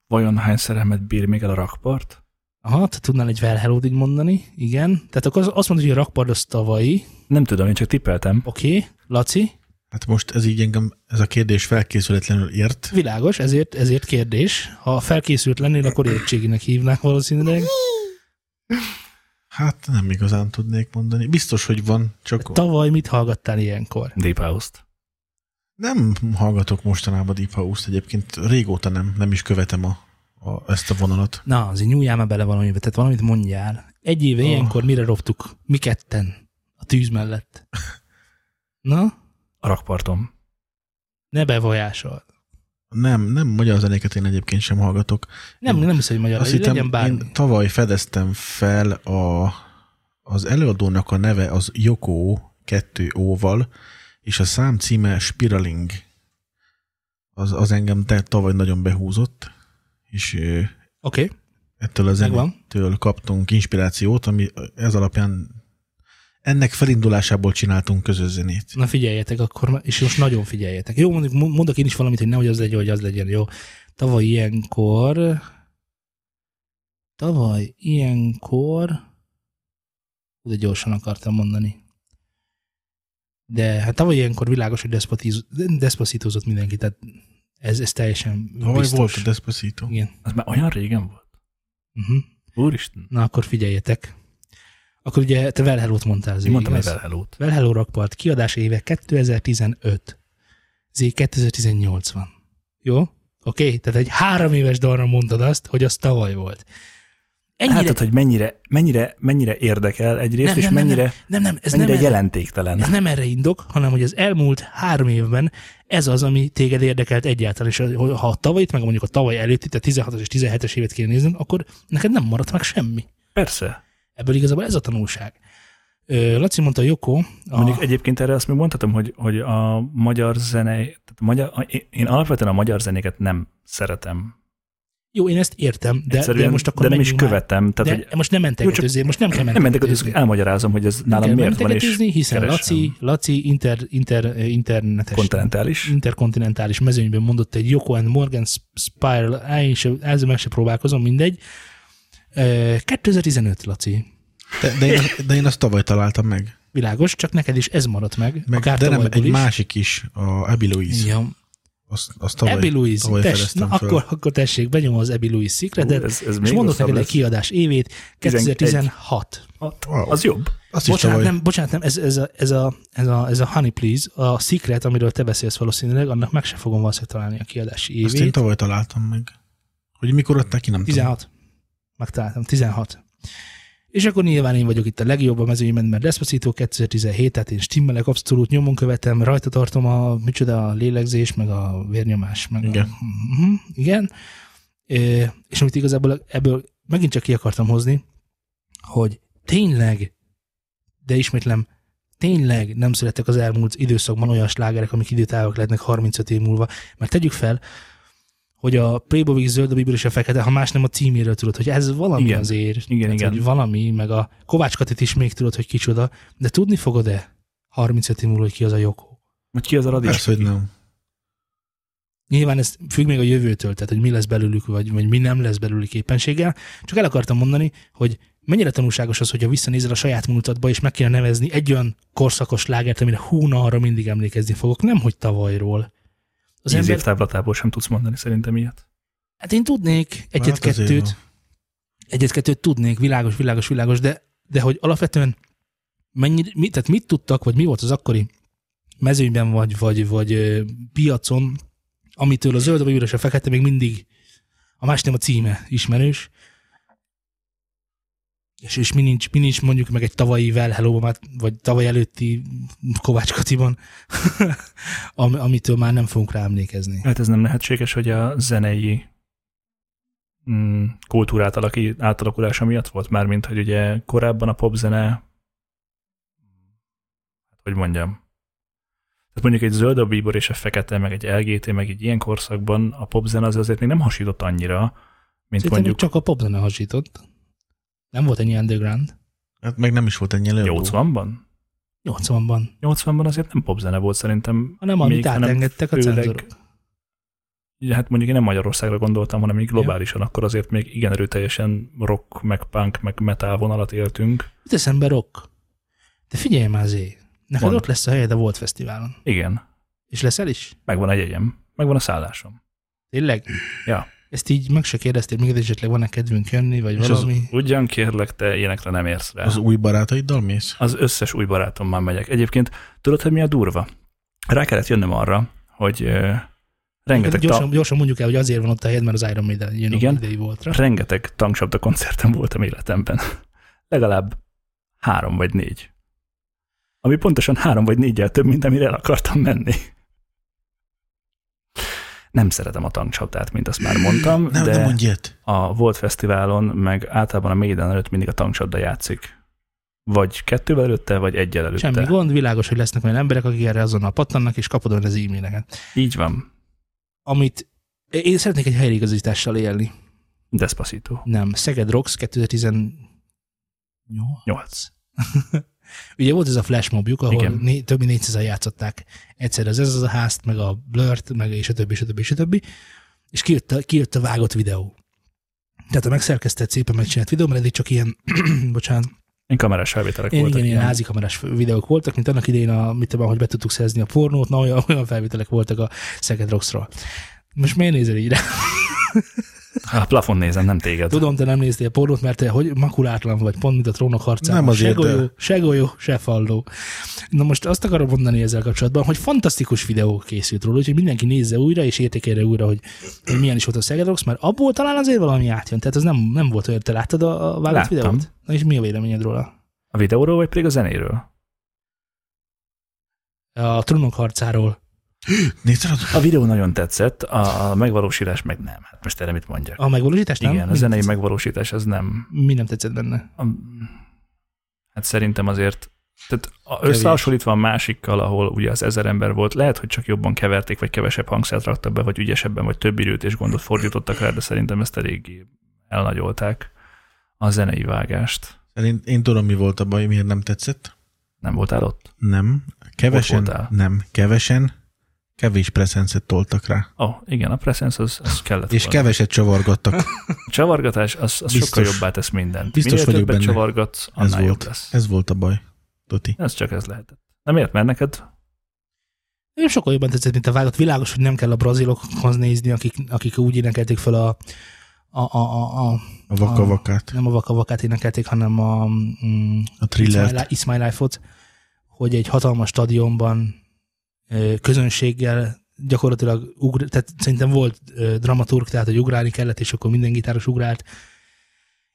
S3: Vajon hány szerelmet bír még el a rakpart?
S1: Aha, te tudnál egy well hello-t így mondani, igen. Tehát akkor az- azt mondod, hogy a rakpard az tavalyi,
S3: Nem tudom, én csak tippeltem.
S1: oké, okay. Laci,
S2: Hát most ez így engem, ez a kérdés felkészületlenül ért.
S1: világos, ezért, ezért kérdés. Ha felkészült lennél, akkor értséginek hívnák valószínűleg.
S2: Hát nem igazán tudnék mondani. Biztos, hogy van, csak
S1: Tavaly mit hallgattál ilyenkor?
S3: Deep House-t.
S2: nem hallgatok mostanában Deep House-t egyébként. Régóta nem, nem is követem a, a, ezt a vonalat.
S1: Na, azért nyúljál már bele valamibe, tehát valamit mondjál. Egy éve
S2: Ah.
S1: oh. ilyenkor mire roptuk? Mi ketten? A tűz mellett. Na,
S3: A rakparton.
S1: ne bevajásold.
S2: Nem, nem magyar zenéket én egyébként sem hallgatok.
S1: Nem,
S2: Én
S1: nem hiszem, hogy magyar,
S2: Azt
S1: hogy legyen
S2: hittem,
S1: bármi.
S2: én tavaly fedeztem fel a, az előadónak a neve az Yoko 2 óval, és a szám címe Spiraling. Az, az engem te tavaly nagyon behúzott, és ö,
S1: Oké, okay.
S2: ettől a
S1: Megvan.
S2: zenétől kaptunk inspirációt, ami ez alapján ennek felindulásából csináltunk közös zenét.
S1: na figyeljetek akkor, ma- és most nagyon figyeljetek. Jó, mondjuk, mo- mondok én is valamit, hogy nehogy az legyen, hogy az legyen, jó. Tavaly ilyenkor... Tavaly ilyenkor... De gyorsan akartam mondani. De hát tavaly ilyenkor világos, hogy despotiz- despotítozott mindenki, tehát ez, ez teljesen
S2: Tavaly
S1: biztos.
S2: volt a Despacito.
S1: Igen.
S3: Az már olyan régen volt.
S1: Uh-huh.
S3: Úristen.
S1: Na akkor figyeljetek. Akkor ugye te Well Hello-t mondtál, az
S3: Én mondtam egy
S1: igaz?
S3: Well Hello-t.
S1: Well Hello Rockpart, kiadás éve 2015. Z 2018 van. Jó? Oké? Okay? Tehát egy három éves dalra mondod azt, hogy az tavaly volt. Hát, Ennyire...
S3: Látod, hogy mennyire, mennyire, mennyire érdekel egyrészt, és mennyire,
S1: nem, nem, nem, ez nem,
S3: mennyire
S1: erre,
S3: jelentéktelen.
S1: ez nem erre indok, hanem hogy az elmúlt három évben ez az, ami téged érdekelt egyáltalán. És ha a tavalyit, meg mondjuk a tavaly előtti, tehát 16-as és 17-es évet kéne nézned, akkor neked nem maradt meg semmi.
S3: Persze.
S1: Ebből igazából ez a tanulság. Ö, Laci mondta, Joko, a,
S3: Ah. Mondjuk egyébként erre azt még mondhatom, hogy, hogy a magyar zene, tehát a magyar, a- én- én alapvetően a magyar zenéket nem szeretem.
S1: jó, én ezt értem, de,
S3: Egyszerűen,
S1: de most akkor
S3: de nem is
S1: menjünk már.
S3: követem. Tehát,
S1: Tehát,
S3: hogy
S1: de most nem mentek
S3: Jó, csak-
S1: ötözé, most nem kell
S3: nem mentek, hogy elmagyarázom, hogy ez nálam
S1: kell
S3: miért van, és
S1: mentegetőzni, hiszen
S3: keresem.
S1: Laci, Laci inter, inter, internetes,
S3: kontinentális.
S1: interkontinentális mezőnyben mondott egy Joko and Morgan Spiral, én se, ezzel meg se próbálkozom, mindegy. Ö, 2015, Laci.
S2: De, de, én, azt- de én azt tavaly találtam meg.
S1: Világos, csak neked is ez maradt meg.
S2: meg
S1: akár
S2: de nem,
S1: tavalyból
S2: egy
S1: is.
S2: másik is, a Abby Louise.
S1: Ja.
S2: Azt, azt tavaly,
S1: Abby Louise,
S2: tavaly
S1: tess, na
S2: fedeztem föl.
S1: akkor, akkor tessék, benyom az Abby Louise
S3: Ú,
S1: szikretet,
S3: ez, ez
S1: és mondok
S3: még
S1: neked
S3: rosszabb
S1: egy
S3: lesz.
S1: kiadás évét, 2016.
S2: Wow.
S3: Az jobb.
S2: Azt is
S1: Bocsánat,
S2: tavaly,
S1: nem, bocsánat, nem, ez, ez, a, ez, a, ez, a, ez a Honey Please, a Secret, amiről te beszélsz valószínűleg, annak meg se fogom valószínűleg találni a kiadási
S2: azt én
S1: évét.
S2: tavaly találtam meg. Hogy mikor adták ki, nem tudom.
S1: 16. Megtaláltam, 16. És akkor nyilván én vagyok itt a legjobb a mezőnyben, mert Despacito 2017, tehát én stimmelek, abszolút nyomon követem, rajta tartom a, micsoda, a lélegzés, meg a vérnyomás, meg
S2: Igen.
S1: A, Mhm, igen. Ö, és amit igazából ebből megint csak ki akartam hozni, hogy tényleg, de ismétlem, tényleg nem születtek az elmúlt időszakban olyan slágerek, amik időtávok lehetnek 35 év múlva. Mert tegyük fel, hogy a Playboy zöld, a biből és a fekete, ha más nem a címéről tudod, hogy ez valami
S3: Igen.
S1: azért.
S3: Igen,
S1: Tehát,
S3: igen.
S1: Hogy valami, meg a Kovács Katit is még tudod, hogy kicsoda, de tudni fogod-e 35 év múlva, hogy ki az a Joko?
S3: Hogy ki az a radis?
S2: Persze, hogy nem.
S1: Nyilván ez függ még a jövőtől, tehát hogy mi lesz belőlük, vagy, vagy mi nem lesz belőlük éppenséggel. Csak el akartam mondani, hogy mennyire tanulságos az, hogyha visszanézel a saját múltadba, és meg kéne nevezni egy olyan korszakos lágert, amire húna arra mindig emlékezni fogok, nem hogy tavalyról. Az
S3: Az Tíz
S1: ember,
S3: év távlatából sem tudsz mondani szerintem ilyet.
S1: hát én tudnék
S2: Hát azért
S1: egyet-kettőt,
S2: van.
S1: egyet-kettőt tudnék, világos, világos, világos, de, de hogy alapvetően mennyi, mi, tehát mit tudtak, vagy mi volt az akkori mezőnyben, vagy, vagy, vagy ö, piacon, amitől a zöld, a üres, a fekete még mindig a más nem a címe ismerős, és, és mi, nincs, mi nincs mondjuk meg egy tavalyi Well hello már, vagy tavaly előtti Kovács Katiban, am, amitől már nem fogunk rá emlékezni.
S3: Hát ez nem lehetséges, hogy a zenei mm, kultúrát alaki, átalakulása miatt volt, mármint, hogy ugye korábban a popzene, hát hogy mondjam, tehát mondjuk egy zöld a bíbor és a fekete, meg egy LGT, meg egy ilyen korszakban a popzene az azért még nem hasított annyira, mint
S1: Szerintem
S3: mondjuk
S1: csak a popzene hasított. Nem volt ennyi underground.
S2: Hát meg nem is volt ennyi előadó.
S3: 80-ban?
S1: 80-ban.
S3: 80-ban azért nem popzene volt szerintem.
S1: hanem amit
S3: még, hanem
S1: átengedtek a
S3: főleg-
S1: cenzorok.
S3: ugye, hát mondjuk én nem Magyarországra gondoltam, hanem így globálisan, akkor azért még igen erőteljesen rock, meg punk, meg metal vonalat éltünk.
S1: Mit eszembe rock? De figyelj már azért. Neked
S3: Mondd.
S1: ott lesz a helyed a Volt Fesztiválon.
S3: Igen,
S1: És leszel is?
S3: megvan egy jegyem, megvan a szállásom.
S1: Tényleg?
S3: Ja.
S1: Ezt így meg se kérdeztél, még esetleg van-e kedvünk jönni, vagy
S2: És az-
S1: valami?
S3: Ugyan kérlek, te ilyenekre nem érsz rá.
S2: Az új barátaiddal mész?
S3: az összes új barátommal megyek. Egyébként tudod, hogy mi a durva? Rá kellett jönnöm arra, hogy ö, rengeteg, ta-
S1: Gyorsan, gyorsan mondjuk el, hogy azért van ott a helyed, mert az Iron Maiden jön
S3: Igen.
S1: Igen. idei voltra.
S3: rengeteg tankcsapda koncerten voltam életemben. Legalább három vagy négy. Ami pontosan három vagy négyel több, mint amire el akartam menni. Nem szeretem a tankcsapdát, mint azt már mondtam,
S2: Nem,
S3: de
S2: nem mondj ilyet.
S3: a Volt Fesztiválon, meg általában a Maiden előtt mindig a tankcsapda játszik. Vagy kettővel előtte, vagy egyel előtte.
S1: Semmi gond, világos, hogy lesznek olyan emberek, akik erre azonnal pattannak, és kapod olyan az e-maileket.
S3: Így van.
S1: Amit én szeretnék egy helyreigazítással élni.
S3: Despacito.
S1: Nem, Szeged Rocks 2018.
S3: Nyolc.
S1: Ugye volt ez a flashmobjuk, ahol
S3: Igen.
S1: né, több mint 400 játszották egyszer az ez az a házt, meg a blurt, meg és a többi, és a többi, és a többi. És kijött a, kijött a vágott videó. Tehát a megszerkesztett, szépen megcsinált videó, mert eddig csak ilyen, bocsánat,
S3: Én kamerás felvételek
S1: Én,
S3: voltak.
S1: igen, ilyen házikamerás videók voltak, mint annak idején, a, mit tudom, hogy be tudtuk szerezni a pornót, na olyan, olyan felvételek voltak a Szeged Rocksról. Most miért nézel így rá?
S3: A plafon nézem, nem téged.
S1: Tudom, te nem néztél pornót, mert te hogy makulátlan vagy, pont mint a trónok harcában.
S2: Nem azért,
S1: se golyó,
S2: de-
S1: se golyó, se falló. Na most azt akarom mondani ezzel kapcsolatban, hogy fantasztikus videó készült róla, úgyhogy mindenki nézze újra, és értékelje újra, hogy, hogy milyen is volt a Szeged Rocks, mert abból talán azért valami átjön. Tehát az nem, nem volt olyan, te láttad a, a vágott
S3: Láttam.
S1: videót? Na és mi a véleményed róla?
S3: A videóról, vagy pedig a zenéről?
S1: A trónok harcáról.
S2: Nézd rá,
S3: A videó nagyon tetszett, a, a megvalósítás meg nem. Hát most erre mit mondjak?
S1: A megvalósítás, nem?
S3: igen, a
S1: Mi
S3: zenei
S1: tetszett?
S3: megvalósítás az nem.
S1: Mi nem tetszett benne?
S3: A, hát szerintem azért tehát a, összehasonlítva a másikkal, ahol ugye az ezer ember volt, lehet, hogy csak jobban keverték, vagy kevesebb hangszert raktak be, vagy ügyesebben, vagy több időt és gondot fordítottak rá, de szerintem ezt eléggé elnagyolták a zenei vágást.
S2: én, én tudom, mi volt a baj, miért nem tetszett.
S3: Nem voltál ott?
S2: Nem.
S3: Ott
S2: Kevesen,
S3: voltál.
S2: nem, kevesen, kevés presencet toltak rá.
S3: Ó, oh, igen, a presence az, az kellett
S2: És
S3: volna.
S2: keveset csavargattak.
S3: A csavargatás az, az
S2: Biztos.
S3: sokkal jobbá tesz mindent.
S2: Biztos
S3: Minél
S2: vagyok
S3: többet
S2: benne.
S3: csavargatsz,
S2: Ez
S3: annál jobb
S2: volt.
S3: lesz.
S2: Ez volt a baj, Toti.
S3: Ez csak ez lehetett. Nem miért? Mert neked
S1: Nekem sokkal jobban tetszett, mint a vágott. Világos, hogy nem kell a brazilokhoz nézni, akik, akik úgy énekelték fel a, a, a, a, a
S2: A vakavakát,
S1: nem a vakavakát énekelték, hanem a mm,
S2: a
S1: It's, my,
S2: thrillert.
S1: Li- It's My Life-ot, hogy egy hatalmas stadionban ö, közönséggel gyakorlatilag ugr, tehát szerintem volt ö, dramaturg, tehát hogy ugrálni kellett, és akkor minden gitáros ugrált.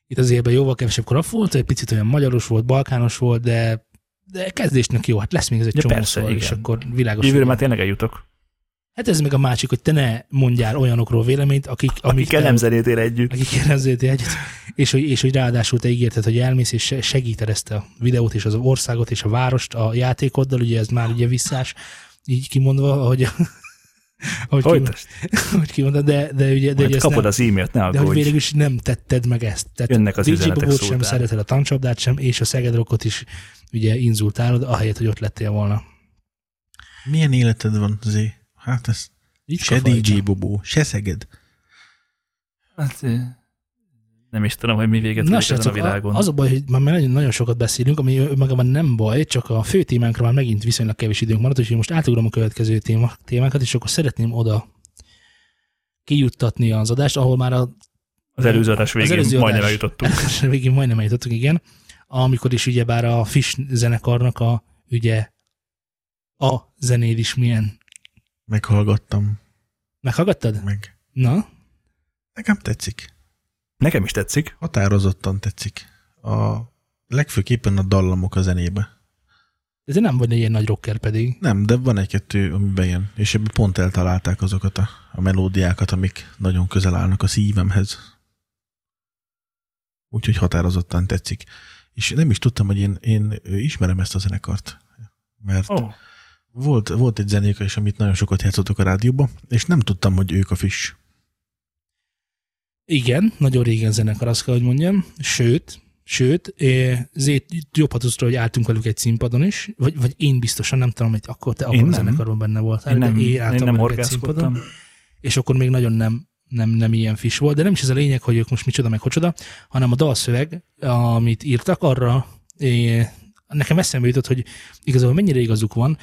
S1: Itt az évben jóval kevesebb kraf volt, egy picit olyan magyaros volt, balkános volt, de, de kezdésnek jó, hát lesz még ez egy
S3: Ja,
S1: csomó
S3: persze,
S1: szor, és
S3: igen.
S1: akkor világos.
S3: jövőre
S1: hogy-
S3: már tényleg eljutok.
S1: Hát ez még a másik, hogy te ne mondjál olyanokról véleményt, akik,
S3: Amik
S1: te-
S3: nem zenétél együtt.
S1: akik elemződtél együtt, és hogy, és hogy ráadásul te ígérted, hogy elmész és se- segíted ezt a videót és az országot és a várost a játékoddal, ugye ez már ugye visszás, így kimondva, ahogy, ahogy,
S3: Hogy
S1: kim, ahogy kimondva, de, de ugye, de
S3: Majd
S1: ugye ezt
S3: kapod
S1: nem,
S3: az e-mailt, ne
S1: de hogy
S3: aggódj.
S1: végül is nem tetted meg ezt. Tehát
S3: Jönnek az
S1: DJ
S3: üzenetek
S1: Bobót sem
S3: szótán.
S1: szereted a tancsapdát sem, és a Szegedrokot is ugye inzultálod, ahelyett, hogy ott lettél volna.
S2: Milyen életed van, Zé? Hát ez
S1: Így
S2: se DJ Bobó, se Szeged.
S3: Hát, eh, nem is tudom, hogy mi véget Na, ezen a világon.
S1: az a baj, hogy már nagyon, nagyon sokat beszélünk, ami önmagában nem baj, csak a fő témánkra már megint viszonylag kevés időnk maradt, úgyhogy most átugrom a következő téma, témákat, és akkor szeretném oda kijuttatni az adást, ahol már a
S3: az előző adás végén
S1: előző
S3: majdnem
S1: adás.
S3: eljutottunk.
S1: végén majdnem eljutottunk, igen, amikor is ugyebár a Fish zenekarnak a ugye a zenéd is milyen.
S2: Meghallgattam
S1: Meghallgattad?
S2: meg.
S1: Na,
S2: Nekem tetszik.
S3: Nekem is tetszik.
S2: Határozottan tetszik. A legfőképpen a dallamok a zenébe.
S1: de te nem vagy egy ilyen nagy rocker pedig.
S2: Nem, de van egy-kettő, ami bejön. És ebben pont eltalálták azokat a, a melódiákat, amik nagyon közel állnak a szívemhez. Úgyhogy határozottan tetszik. És nem is tudtam, hogy én, én ismerem ezt a zenekart. Mert
S3: Ó, oh,
S2: Volt, volt egy zenék is, amit nagyon sokat játszottak a rádióban, és nem tudtam, hogy ők a Fish.
S1: Igen, nagyon régen zenekar, azt kell, hogy mondjam. Sőt, sőt, eh, Zét, jobb ha tudsz róla, hogy álltunk velük egy színpadon is, vagy, vagy én biztosan, nem tudom, hogy akkor te abban
S3: Én
S1: a
S3: nem.
S1: zenekarban benne voltál,
S3: én nem,
S1: de én
S3: én
S1: álltam
S3: nem
S1: velük egy színpadon.
S3: horgászkodtam.
S1: és akkor még nagyon nem, nem, nem ilyen fis volt, de nem is ez a lényeg, hogy ők most micsoda, meg hocsoda, hanem a dalszöveg, amit írtak arra, é, nekem eszembe jutott, hogy igazából mennyire igazuk van,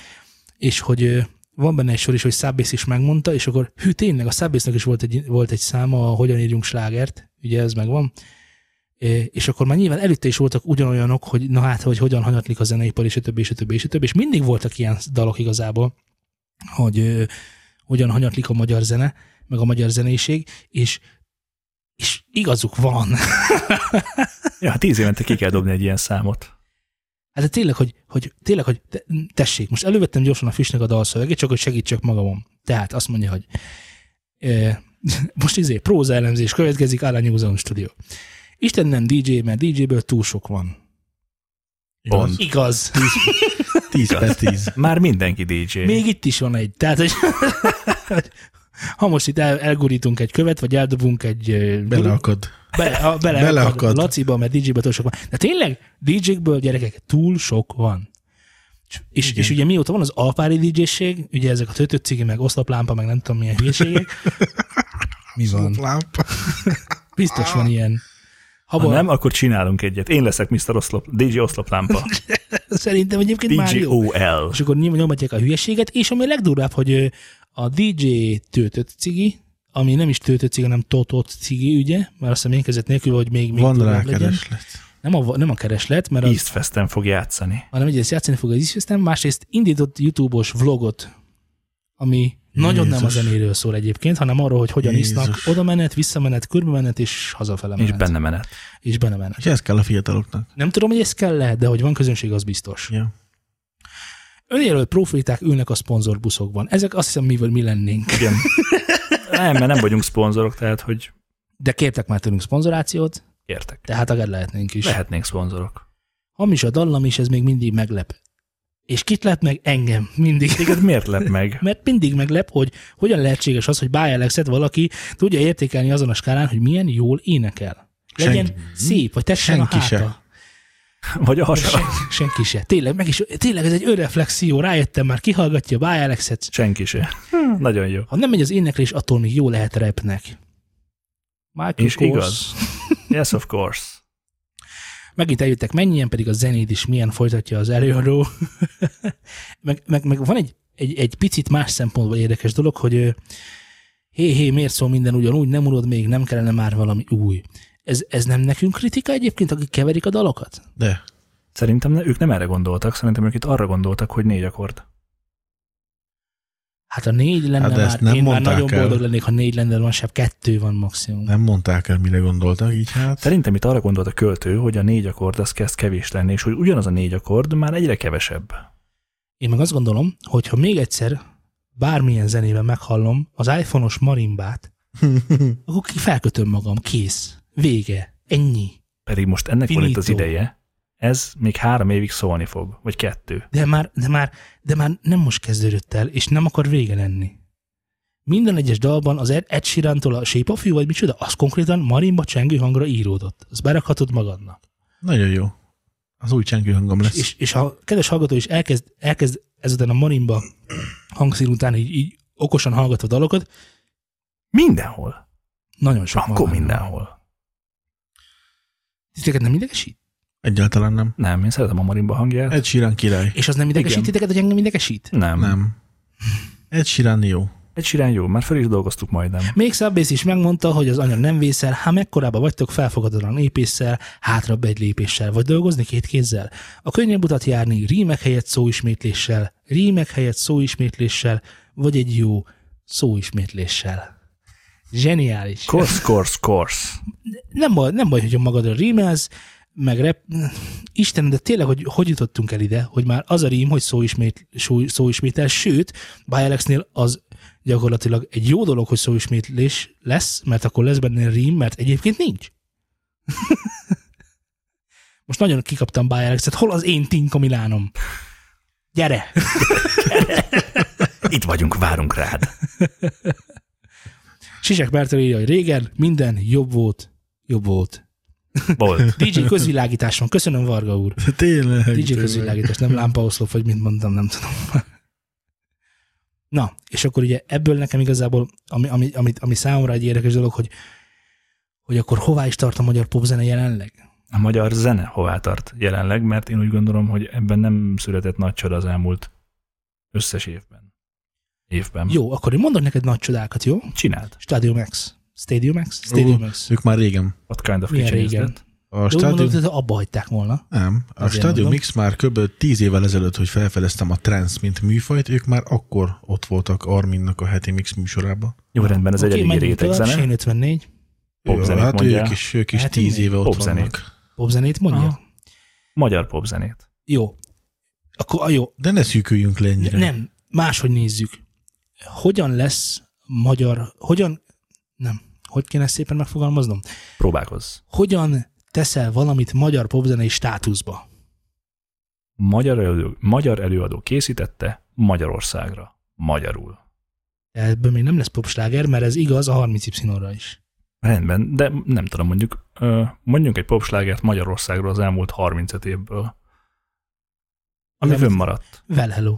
S1: és hogy ö, van benne egy sor is, hogy Szábész is megmondta, és akkor hű, tényleg a Szábésznek is volt egy, volt egy száma, a Hogyan írjunk slágert, ugye ez megvan, É, és akkor már nyilván előtte is voltak ugyanolyanok, hogy na hát, hogy hogyan hanyatlik a zeneipar, és a többi, és a többi, és a többi, és mindig voltak ilyen dalok igazából, hogy ö, hogyan hanyatlik a magyar zene, meg a magyar zenéség, és, és igazuk van.
S3: Ja, hát tíz évente ki kell dobni egy ilyen számot.
S1: Hát de tényleg, hogy, hogy, tényleg, hogy te- tessék, most elővettem gyorsan a Fisnek a dalszövegét, csak hogy segítsek magamon. Tehát azt mondja, hogy e, most izé, próza elemzés következik, Alan Newsom Studio. Isten nem DJ, mert DJ-ből túl sok van.
S2: Igaz?
S3: Pont.
S1: Igaz.
S2: 10 per 10.
S3: Már mindenki DJ.
S1: Még itt is van egy. Tehát, hogy, ha most itt el, elgurítunk egy követ, vagy eldobunk egy... ö,
S2: Beleakad.
S1: Bele, a- bele,
S2: Beleakad.
S1: beleakad. Laciba, mert DJ-ből túl sok van. De tényleg, DJ-ből gyerekek túl sok van. És- És, és ugye mióta van az alpári DJ-ség, ugye ezek a tötöcigi, meg oszloplámpa, meg nem tudom milyen hülyeségek, mi van?
S2: Lámpa.
S1: Biztos van ilyen.
S3: Ha
S1: Habon,
S3: nem, akkor csinálunk egyet. Én leszek Mr. Oszlop, DJ Oszloplámpa.
S1: Szerintem egyébként már
S3: DJ
S1: jó.
S3: OL.
S1: És akkor nyom- nyomatják a hülyeséget, és ami a legdurvább, hogy ö, a DJ töltött cigi, ami nem is töltött cigi, hanem totott cigi, ugye? Mert azt hiszem én kezet nélkül, hogy még, még
S2: Van
S1: durvább
S2: rá
S1: legyen.
S2: kereslet.
S1: Nem a, nem a kereslet, mert az,
S3: East Festen fog játszani.
S1: hanem egyrészt játszani fog az Isfesztem, másrészt indított YouTube-os vlogot, ami nagyon nem a
S2: Jézus.
S1: zenéről szól egyébként, hanem arról, hogy hogyan
S2: Jézus.
S1: isznak, oda menet, visszamenet, körbe menet, és hazafele menet.
S3: És benne menet.
S1: És benne menet.
S2: És ez kell a fiataloknak.
S1: Nem tudom, hogy ez kell de hogy van közönség, az biztos.
S2: Ja.
S1: Önjelölt profiták ülnek a szponzorbuszokban. Ezek azt hiszem, mivel mi lennénk.
S3: Igen. Nem, mert nem vagyunk szponzorok, tehát hogy
S1: De kértek már tőlünk szponzorációt,
S3: értek.
S1: tehát akár lehetnénk is.
S3: Lehetnénk szponzorok.
S1: Hamis a dallam, és ez még mindig meglep. És kit lep meg? Engem. Mindig.
S3: Téged miért lep meg?
S1: Mert mindig meglep, hogy hogyan lehetséges az, hogy Bája Alexet valaki tudja értékelni azon a skálán, hogy milyen jól énekel. Legyen
S2: Senki.
S1: szép, vagy tessen
S2: Senki
S1: a háta.
S2: se.
S3: Vagy a
S1: Sen,
S3: hasa?
S1: senki se. Tényleg, meg is, tényleg ez egy önreflexió, rájöttem már, kihallgatja Bája Alexet.
S3: Senki se. Nagyon jó.
S1: Ha nem megy az éneklés, attól még jó lehet repnek. Michael
S3: És
S1: Kors.
S3: igaz. Yes, of course.
S1: Megint eljöttek mennyien, pedig a zenét is milyen folytatja az előadó. meg, meg, meg, van egy, egy, egy picit más szempontból érdekes dolog, hogy ö, hé, hé, miért szól minden ugyanúgy, nem unod még, nem kellene már valami új. Ez, ez nem nekünk kritika egyébként, akik keverik a dalokat?
S2: De.
S3: Szerintem ne- ők nem erre gondoltak, szerintem ők itt arra gondoltak, hogy négy akkord.
S1: Hát a négy lenne
S2: Hát de ezt
S1: hát
S2: nem
S1: már, én már
S2: mondták
S1: nagyon
S2: el.
S1: boldog lennék, ha négy lenne, de van sebb kettő van maximum.
S2: Nem mondták el, mire gondoltak, így hát.
S3: Szerintem itt arra gondolt a költő, hogy a négy akkord az kezd kevés lenni, és hogy ugyanaz a négy akkord már egyre kevesebb.
S1: Én meg azt gondolom, hogy ha még egyszer bármilyen zenében meghallom az iPhone-os marimbát, akkor ki- felkötöm magam, kész, vége, ennyi.
S3: Pedig most ennek van itt az
S1: Finito.
S3: ideje. Ez még három évig szólni fog, vagy kettő.
S1: De már, de már, de már nem most kezdődött el, és nem akar vége lenni. Minden egyes dalban az Ed Ed Sheerantól a Shape of You, vagy micsoda, az konkrétan marimba csengő hangra íródott. Azt berakhatod magadnak.
S2: Nagyon jó. Az új csengő hangom lesz.
S1: És, és ha a kedves hallgató is elkezd, elkezd ezután a marimba hangszín után így, így okosan hallgatva dalokat,
S3: Mindenhol.
S1: nagyon sok
S3: Akkor
S1: van.
S3: mindenhol.
S1: Titeket nem idegesít?
S2: Egyáltalán nem.
S3: Nem, én szeretem a marimba hangját.
S2: Egy sírán király.
S1: És az nem idegesít
S3: Igen.
S1: titeket, hogy engem idegesít?
S3: Nem. nem.
S2: Nem. Egy sírán jó.
S3: Egy sirány jó, már fel is dolgoztuk majdnem.
S1: Még Szabész is megmondta, hogy az anya nem vészel, ha mekkorába vagytok felfogadatlan lépéssel, hátrabb egy lépéssel, vagy dolgozni két kézzel. A könnyebb utat járni rímek helyett szóismétléssel, rímek helyett szóismétléssel, vagy egy jó szóismétléssel. Zseniális.
S3: Korsz, korsz, korsz.
S1: nem, baj, nem baj, hogy magadra rímelsz, meg rep... Istenem, de tényleg, hogy hogy jutottunk el ide, hogy már az a rím, hogy szóismét, szó, szóismétel, sőt, By Alexnél az gyakorlatilag egy jó dolog, hogy szóismétlés lesz, mert akkor lesz benne rím, mert egyébként nincs. Most nagyon kikaptam By Alexet, hol az én Tinka Milánom? Gyere!
S3: Itt vagyunk, várunk rád.
S1: Sisek Bertel írja, hogy régen minden jobb volt, jobb volt.
S3: Volt.
S1: DJ közvilágításon, köszönöm Varga úr.
S2: Tényleg.
S1: DJ
S2: tényleg.
S1: közvilágítás, nem lámpaoszlop, vagy mint mondtam, nem tudom. Na, és akkor ugye ebből nekem igazából, ami, ami, ami, ami számomra egy érdekes dolog, hogy, hogy akkor hová is tart a magyar popzene jelenleg?
S3: A magyar zene hová tart jelenleg, mert én úgy gondolom, hogy ebben nem született nagy csoda az elmúlt összes évben. Évben.
S1: Jó, akkor én mondok neked nagy csodákat, jó?
S3: Csináld.
S1: Stadium X. Stadium X? Stadium X.
S2: Ők már régen.
S3: What kind of
S1: Milyen
S3: kitchen is
S1: régen?
S3: that?
S2: A
S1: De úgy
S2: stádium...
S1: mondod, hogy abba hagyták volna.
S2: Nem, a
S1: Azért
S2: Stadium
S1: mondom.
S2: X már kb. 10 évvel ezelőtt, hogy felfedeztem a trance, mint műfajt, ők már akkor ott voltak Arminnak a heti Mix műsorában.
S3: Jó rendben, ez
S1: Oké,
S3: egy
S1: menjünk
S3: egyedi réteg
S1: tovább.
S3: zene.
S1: Sén 54.
S3: Popzenét
S2: hát
S3: mondjál.
S2: ők is, ők is
S1: Hát
S2: 10
S1: igen.
S2: éve ott
S3: Popzenét.
S2: vannak.
S1: Popzenét mondja?
S3: Aha. Magyar popzenét.
S1: Jó. Akkor, ah, jó,
S2: De ne szűküljünk le ennyire.
S1: nem, máshogy nézzük. Hogyan lesz magyar, hogyan, nem, hogy kéne ezt szépen megfogalmaznom?
S3: Próbálkozz.
S1: Hogyan teszel valamit magyar popzenei státuszba?
S3: magyar előadó, magyar előadó készítette Magyarországra, magyarul.
S1: Ebből még nem lesz popsláger, mert ez igaz a 30 y is.
S3: Rendben, de nem tudom, mondjuk ö, mondjunk egy popslágert Magyarországról az elmúlt 35 évből, ami
S1: Nem.
S3: fönn maradt.
S1: Well hello.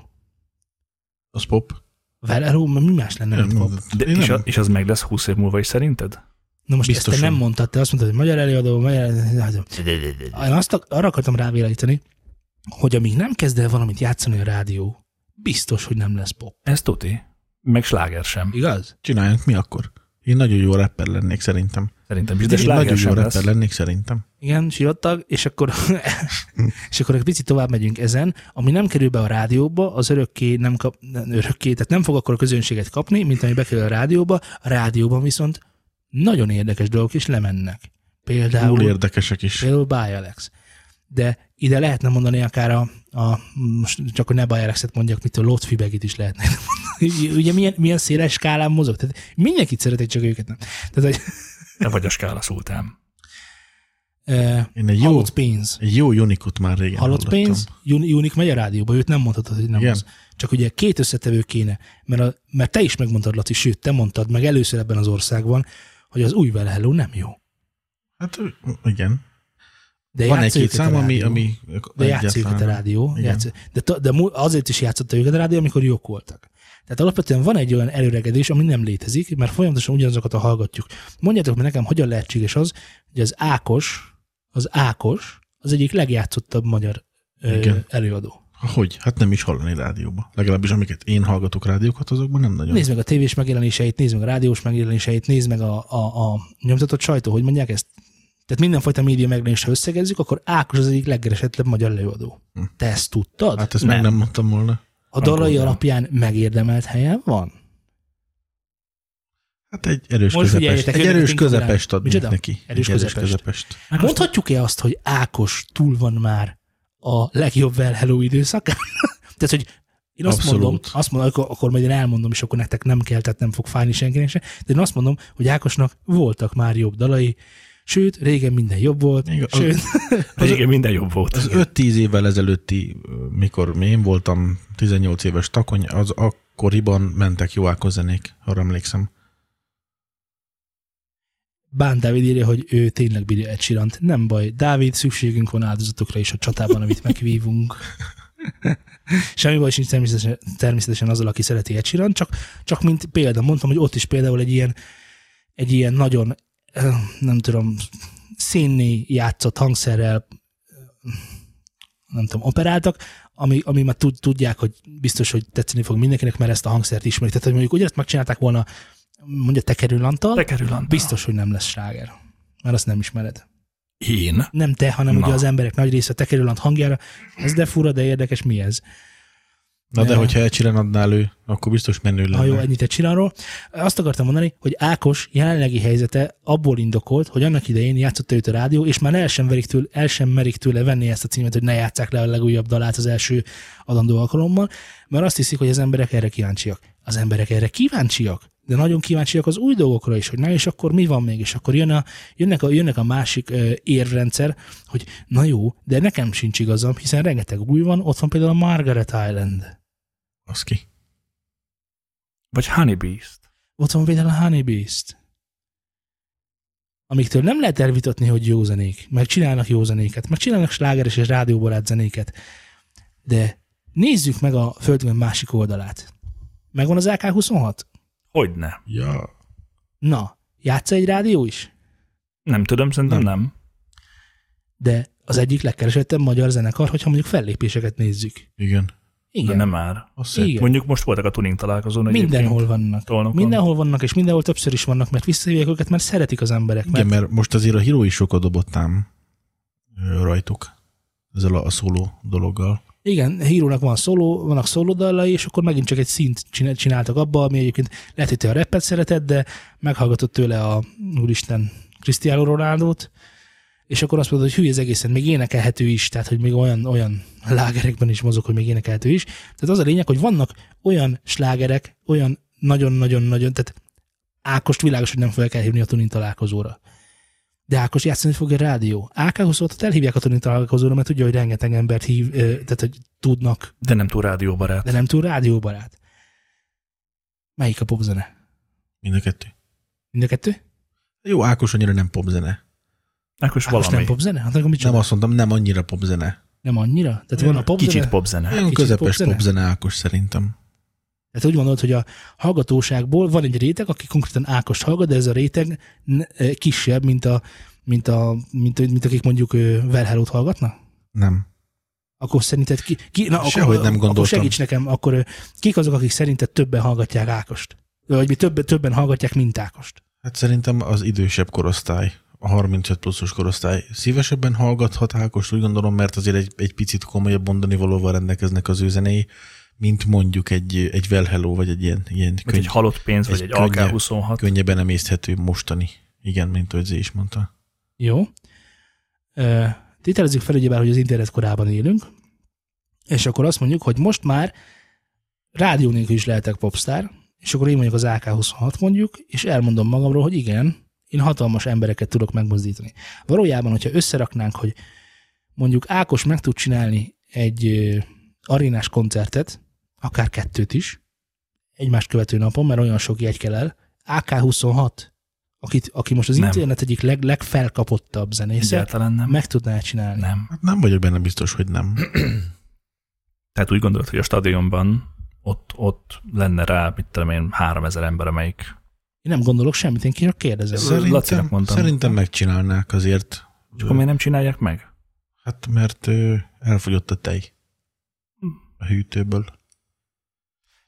S2: Az pop.
S1: Well hello, mert mi más lenne, mint pop?
S3: De
S2: én
S3: és,
S2: nem.
S3: a, és az meg lesz 20 év múlva is szerinted?
S1: Na most Biztosan. ezt
S2: Biztosan.
S1: te nem mondtad, te azt mondtad, hogy magyar előadó, magyar... hát, Én azt ak- arra akartam rávilágítani, hogy amíg nem kezd el valamit játszani a rádió, biztos, hogy nem lesz pop.
S3: Ez tuti. Meg sláger sem.
S1: Igaz?
S2: Csináljunk mi akkor? Én nagyon jó rapper lennék szerintem.
S3: Szerintem is, de
S2: De Én nagyon
S3: sláger
S2: jó
S3: sem
S2: rapper
S3: lesz.
S2: lennék szerintem.
S1: Igen, sivatag, és akkor, és akkor egy picit tovább megyünk ezen. Ami nem kerül be a rádióba, az örökké nem kap, nem, örökké, tehát nem fog akkor a közönséget kapni, mint ami bekerül a rádióba. A rádióban viszont nagyon érdekes dolgok is lemennek.
S2: Túl
S1: Például,
S2: érdekesek is.
S1: például Buy Alex. De ide lehetne mondani akár a, a most csak hogy ne Buy Alexet mondjak, mit a Lotfibegit is lehetne mondani. Ugye milyen, milyen széles skálán mozog? Tehát mindenkit szeretik, csak őket nem. Tehát, hogy,
S3: Te vagy a skála szultán.
S1: e,
S2: Én egy jó,
S1: halott pénz.
S2: egy jó unikot már régen
S1: Halott
S2: hallottam.
S1: pénz, Jun- Unik megy a rádióba, őt nem mondhatod, hogy nem
S2: Igen.
S1: az. Csak ugye két összetevő kéne, mert, a, mert te is megmondtad, Laci, sőt, te mondtad meg először ebben az országban, hogy az új Well Hello nem jó.
S2: Hát igen.
S1: De
S2: Van
S1: játsza
S2: egy-két
S1: őket a
S2: szám, ami,
S1: rádió.
S2: ami
S1: De játsza őket a
S2: egyáltalán-
S1: rádió.
S2: Igen.
S1: Játsza, de, ta- de mu- azért is játszotta őket a rádió, amikor jók voltak. Tehát alapvetően van egy olyan előregedés, ami nem létezik, mert folyamatosan ugyanazokat a hallgatjuk. Mondjátok meg nekem, hogyan lehetséges az, hogy az Ákos, az Ákos az egyik legjátszottabb magyar ö,
S2: Igen.
S1: előadó.
S2: Hogy? Hát nem is hallani rádióba. Legalábbis amiket én hallgatok rádiókat, azokban nem nagyon.
S1: Nézd meg a tévés megjelenéseit, nézd meg a rádiós megjelenéseit, nézd meg a, a, a nyomtatott sajtó, hogy mondják ezt. Tehát mindenfajta média megjelenésre összegezzük, akkor Ákos az egyik legkeresettebb magyar előadó.
S2: Hm.
S1: Te ezt tudtad?
S2: Hát ezt nem. meg
S3: Nem.
S2: nem mondtam volna.
S1: a dalai
S3: akkor nem.
S1: alapján megérdemelt helyen van?
S2: Hát egy erős
S1: Most
S2: közepest.
S1: figyeljetek,
S2: Egy
S1: jönnek
S2: erős
S1: mindig a
S2: közepest adnék
S1: Micsoda?
S2: neki. Egy
S1: Erős közepest.
S2: közepest.
S1: Hát Mondhatjuk-e azt, hogy Ákos túl van már a legjobb Well Hello időszakán? Tehát, hogy én azt
S2: Abszolút.
S1: mondom, azt mondom, akkor, akkor majd én elmondom, és akkor nektek nem kell, tehát nem fog fájni senkinek se, de én azt mondom, hogy Ákosnak voltak már jobb dalai, sőt, régen minden jobb volt,
S2: Igen, az-
S1: sőt,
S3: Régen minden jobb volt.
S2: Az 5-10 évvel ezelőtti, ö, mikor én voltam 18 éves takony, az akkoriban mentek jó ákozenék, arra emlékszem.
S1: Bán Dávid írja, hogy ő tényleg bírja egy sirant. Nem baj, Dávid, szükségünk van áldozatokra is a csatában, amit megvívunk. Semmi baj sincs természetesen, természetesen azzal, aki szereti egy sirant, csak, csak mint példa, mondtam, hogy ott is például egy ilyen, egy ilyen nagyon, eh, nem tudom, színné játszott hangszerrel, eh, nem tudom, operáltak, ami, ami már tud, tudják, hogy biztos, hogy tetszeni fog mindenkinek, mert ezt a hangszert ismerik. Tehát, hogy mondjuk ugyanezt megcsinálták volna, mondja Tekerő Lantal,
S3: Tekerül Antal.
S1: Biztos, hogy nem lesz sláger. Mert azt nem ismered.
S3: Én.
S1: Nem te, hanem
S3: Na.
S1: ugye az emberek nagy része tekerülant hangjára. Ez de fura, de érdekes, mi ez?
S2: Na de
S1: Ja.
S2: hogyha elcsilen adnál ő, akkor biztos menő lenne.
S1: Ha jó, ennyit egy csinálról. Azt akartam mondani, hogy Ákos jelenlegi helyzete abból indokolt, hogy annak idején játszotta őt a rádió, és már el sem, verik tőle, el sem merik tőle venni ezt a címet, hogy ne játsszák le a legújabb dalát az első adandó alkalommal, mert azt hiszik, hogy az emberek erre kíváncsiak. Az emberek erre kíváncsiak, de nagyon kíváncsiak az új dolgokra is, hogy na és akkor mi van még, és akkor jön a, jönnek, a, jönnek a másik ö, érrendszer, hogy na jó, de nekem sincs igazam, hiszen rengeteg új van, ott van például a Margaret Island.
S2: Az ki.
S3: Vagy Honey Beast.
S1: Ott van például a Honey Beast, amiktől nem lehet elvitatni, hogy jó zenék, meg csinálnak jó zenéket, meg csinálnak slágeres és rádióbarát zenéket, de nézzük meg a földgömb másik oldalát. Megvan az AK-26?
S3: Hogyne.
S2: Ja.
S1: Na, játsza egy rádió is?
S3: Nem tudom, szerintem nem. nem.
S1: De az egyik legkeresettebb magyar zenekar, hogyha mondjuk fellépéseket nézzük.
S2: Igen.
S3: De
S1: Igen.
S3: nem már.
S2: Azt
S1: Igen.
S2: hiszem.
S3: Mondjuk most voltak a tuning találkozón.
S1: Mindenhol vannak.
S3: Tolnokon.
S1: Mindenhol vannak, és mindenhol többször is vannak, mert visszahívják őket, mert szeretik az emberek. Mert
S2: Igen, mert most azért a Hiro is sokat dobott ám ö, rajtuk ezzel a a szóló dologgal.
S1: Igen, hírónak van szóló, vannak szólódallai, és akkor megint csak egy szint csinált- csináltak abba, ami egyébként lehet, hogy te a rappet szereted, de meghallgatott tőle a úristen Cristiano Ronaldo-t, és akkor azt mondod, hogy hű, ez egészen még énekelhető is, tehát hogy még olyan, olyan lágerekben is mozog, hogy még énekelhető is. Tehát az a lényeg, hogy vannak olyan slágerek, olyan nagyon-nagyon-nagyon, tehát Ákost világos, hogy nem fel kell hívni a Tunin találkozóra. De Ákos játszani fog egy rádió. AK-hoz ott elhívják a Tunin találkozóra, mert tudja, hogy rengeteg embert hív, ö, tehát hogy tudnak,
S3: De nem túl rádióbarát.
S1: de nem túl rádióbarát. Melyik a popzene?
S2: Mind a kettő.
S1: Mind a kettő?
S2: Jó, Ákos annyira nem popzene.
S1: Ákos
S3: Ákos valami.
S1: nem popzene? Hát akkor mit
S2: Nem
S1: csinál?
S2: azt mondtam, nem annyira popzene.
S1: Nem annyira? Tehát van a popzene?
S3: Kicsit popzene.
S2: Olyan
S1: kicsit
S2: közepes
S1: popzene?
S2: Hát popzene Ákos szerintem.
S1: Tehát úgy gondolod, hogy a hallgatóságból van egy réteg, aki konkrétan Ákost hallgat, de ez a réteg n- ö, kisebb, mint, a, mint, a, mint, mint akik mondjuk Velhelót hallgatnak?
S2: Nem.
S1: Akkor szerinted ki... ki na,
S2: Sehogy nem
S1: Akkor
S2: gondoltam.
S1: segíts nekem, akkor ö, kik azok, akik szerinted többen hallgatják Ákost? Vagy mi többen, többen hallgatják, mint Ákost?
S2: Hát szerintem az idősebb korosztály, a 35 pluszos korosztály szívesebben hallgathat Ákost, úgy gondolom, mert azért egy, egy picit komolyabb mondani valóval rendelkeznek az ő zenéi, mint mondjuk egy, egy Well Hello, vagy egy ilyen, ilyen
S3: Vagy egy
S2: könny-
S3: halott pénz, vagy
S2: egy
S3: egy
S2: könnyű-
S3: AK-26.
S2: könnyebben emészthető mostani. Igen, mint ahogy Zé is mondta.
S1: Jó. Ö, Tételezzük fel, ugyebár, hogy az internet korában élünk, és akkor azt mondjuk, hogy most már rádió nélkül is lehetek popstar, és akkor én vagyok az AK-26 mondjuk, és elmondom magamról, hogy igen, én hatalmas embereket tudok megmozdítani. Valójában, hogyha összeraknánk, hogy mondjuk Ákos meg tud csinálni egy ö, arénás koncertet, akár kettőt is, egymást követő napon, mert olyan sok jegy kell el, AK-26, akit, aki most az
S3: Nem.
S1: internet egyik leg, legfelkapottabb zenésze,
S3: Egyáltalán nem.
S1: meg tudná csinálni.
S3: Nem.
S2: Hát nem vagyok benne biztos, hogy nem.
S3: Tehát úgy gondolod, hogy a stadionban ott, ott lenne rá, mit tudom én, 3000 ember, amelyik
S1: Én nem gondolok semmit, én csak kérdezem.
S3: Ez- Lacinak
S2: Szerintem,
S3: mondtam.
S2: szerintem megcsinálnák azért.
S3: Csak akkor miért nem csinálják meg?
S2: Hát mert ö, elfogyott a tej a hűtőből.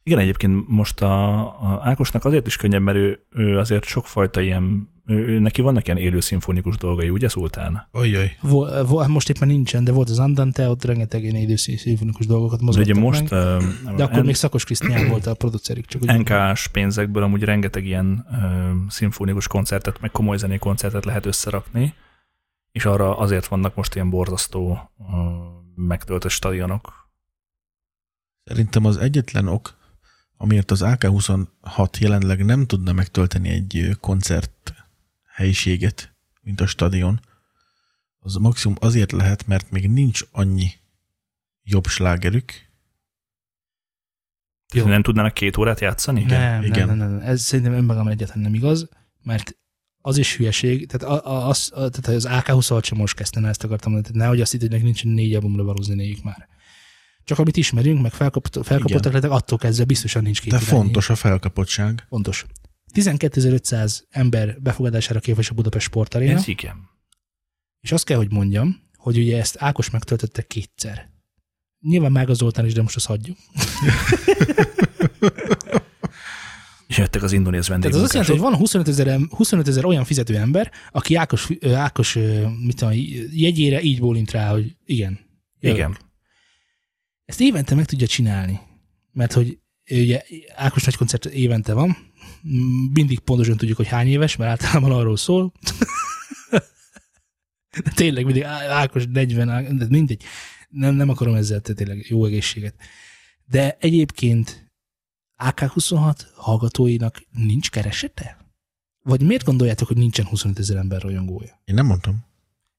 S3: Igen, egyébként most a, a Ákosnak azért is könnyebb, mert ő, ő azért sokfajta ilyen, ő, ő, neki vannak ilyen élő szimfonikus dolgai, ugye Szultán?
S2: Ajaj.
S1: Vol, vol, most éppen nincsen, de volt az Andante, ott rengeteg ilyen időszimfonikus dolgokat
S3: De ugye
S1: mozgattak
S3: most
S1: meg,
S3: ö,
S1: de akkor
S3: en-
S1: még Szakos Krisztián volt a producerük, csak ugye.
S3: NK-s pénzekből amúgy rengeteg ilyen ö, szimfonikus koncertet, meg komoly zenei koncertet lehet összerakni, és arra azért vannak most ilyen borzasztó ö, megtöltött stadionok.
S2: Szerintem az egyetlen ok, amiért az AK-26 jelenleg nem tudna megtölteni egy ö, koncert helyiséget, mint a stadion, az maximum azért lehet, mert még nincs annyi jobb slágerük.
S1: Jó.
S3: Jó. Nem tudnának két órát játszani?
S1: Nem, nem,
S2: igen.
S1: nem, nem, nem, ez szerintem önmagam egyáltalán nem igaz, mert az is hülyeség, tehát, a, a, az, a, tehát az AK-26 sem most kezdtem, ezt akartam mondani, tehát nehogy azt hidd, hogy nekik nincsen négy albumra való zenéjük már. Csak amit ismerünk, meg felkapott, felkapottak
S2: Igen.
S1: lettek, attól kezdve biztosan nincs két
S2: De
S1: irányú.
S2: fontos a felkapottság.
S1: Fontos. 12.500 ember befogadására képes a Budapest sportaréna.
S3: Ez igen.
S1: És azt kell, hogy mondjam, hogy ugye ezt Ákos megtöltötte kétszer. Nyilván meg az Zoltán is, de most azt hagyjuk.
S3: És jöttek az indonéz
S1: Tehát az azt jelenti,
S3: vendégmunkások.
S1: hogy van 25 ezer, em- 25 ezer olyan fizető ember, aki Ákos, ö, Ákos ö, mit tudom, jegyére így bólint rá, hogy igen. jövök.
S3: Igen.
S1: Ezt évente meg tudja csinálni. Mert hogy ö, ugye Ákos nagy koncert évente van, m, mindig pontosan tudjuk, hogy hány éves, mert általában arról szól. De tényleg mindig Á- Ákos 40, Á- de mindegy. Nem, nem akarom ezzel tehát tényleg jó egészséget. De egyébként AK-26 hallgatóinak nincs keresete? Vagy miért gondoljátok, hogy nincsen 25 ezer ember rajongója?
S2: Én nem mondtam.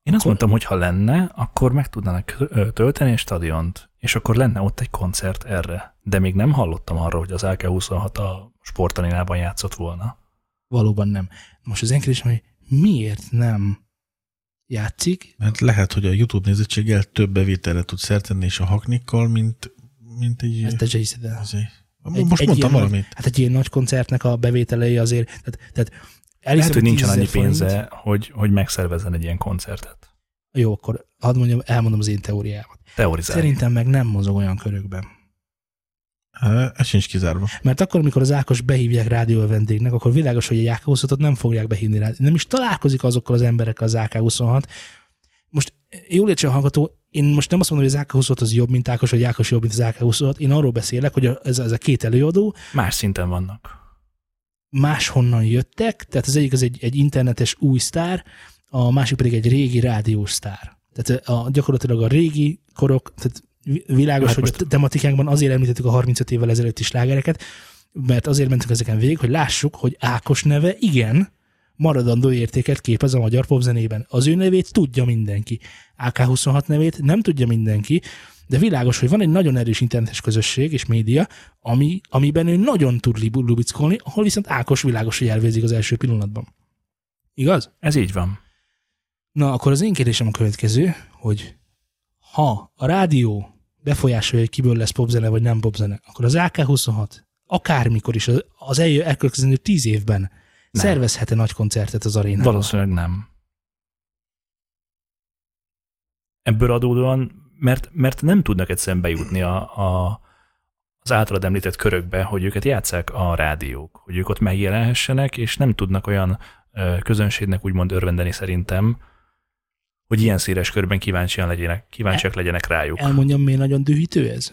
S3: Én azt mondtam, hogy ha lenne, akkor meg tudnának ö, tölteni egy stadiont, és akkor lenne ott egy koncert erre. De még nem hallottam arról, hogy az AK-26 a sportarénában játszott volna.
S1: Valóban nem. Most az én kérdésem, hogy miért nem játszik
S2: Mert Hát lehet, hogy a YouTube nézettséggel több bevételre tud szertenni és a haknikkal, mint, mint egy...
S1: Ezt te se hiszed el.
S2: Azért.
S1: Egy-
S2: Most
S1: egy
S2: mondtam
S1: ilyen
S2: valamit.
S1: Hát egy ilyen nagy koncertnek a bevételei azért, tehát, tehát
S3: Lehet, hogy nincsen annyi
S1: 10 000 forint.
S3: pénze, hogy, hogy megszervezzen egy ilyen koncertet.
S1: Jó, akkor hadd mondjam, elmondom az én teóriámat.
S3: Teorizálni.
S1: Szerintem meg nem mozog olyan körökben.
S2: Ö, Hát, Ez sincs kizárva.
S1: Mert akkor, amikor az Ákos behívják rádió vendégnek, akkor világos, hogy a AK-26-ot nem fogják behívni rá. Nem is találkozik azokkal az emberekkel az AK-26. Most jól értsen a hallgató, én most nem azt mondom, hogy az AK-26 az jobb, mint Ákos, vagy Ákos jobb, mint az AK-26. Én arról beszélek, hogy a- ez, ez a két előadó
S3: Más szinten vannak.
S1: máshonnan jöttek, tehát az egyik az egy, egy internetes új sztár, a másik pedig egy régi rádiós sztár. Tehát a, gyakorlatilag a régi korok, tehát vi- világos,
S3: Hát
S1: hát hogy
S3: most-
S1: most... a tematikánkban azért említettük a 35 évvel ezelőtti slágereket, mert azért mentünk ezeken végig, hogy lássuk, hogy Ákos neve igen, maradandó értéket képez a magyar popzenében. Az ő nevét tudja mindenki. AK-26 nevét nem tudja mindenki, de világos, hogy van egy nagyon erős internetes közösség és média, ami, amiben ő nagyon tud libu- lubickolni, ahol viszont Ákos világos, hogy elvézik az első pillanatban. Igaz?
S3: Ez így van.
S1: Na, akkor az én kérdésem a következő, hogy ha a rádió befolyásolja, hogy kiből lesz popzene vagy nem popzene, akkor az AK26 akármikor is az- az eljö elkövetkező tíz évben nem. szervezhet-e nagy koncertet az arénában?
S3: Valószínűleg nem. Ebből adódóan, mert, mert nem tudnak egyszerűen bejutni a, a, az általad említett körökbe, hogy őket játsszák a rádiók, hogy ők ott megjelenhessenek, és nem tudnak olyan ö, közönségnek úgymond örvendeni szerintem, hogy ilyen széles körben kíváncsian legyenek, kíváncsiak legyenek rájuk.
S1: Elmondjam, miért nagyon dühítő ez?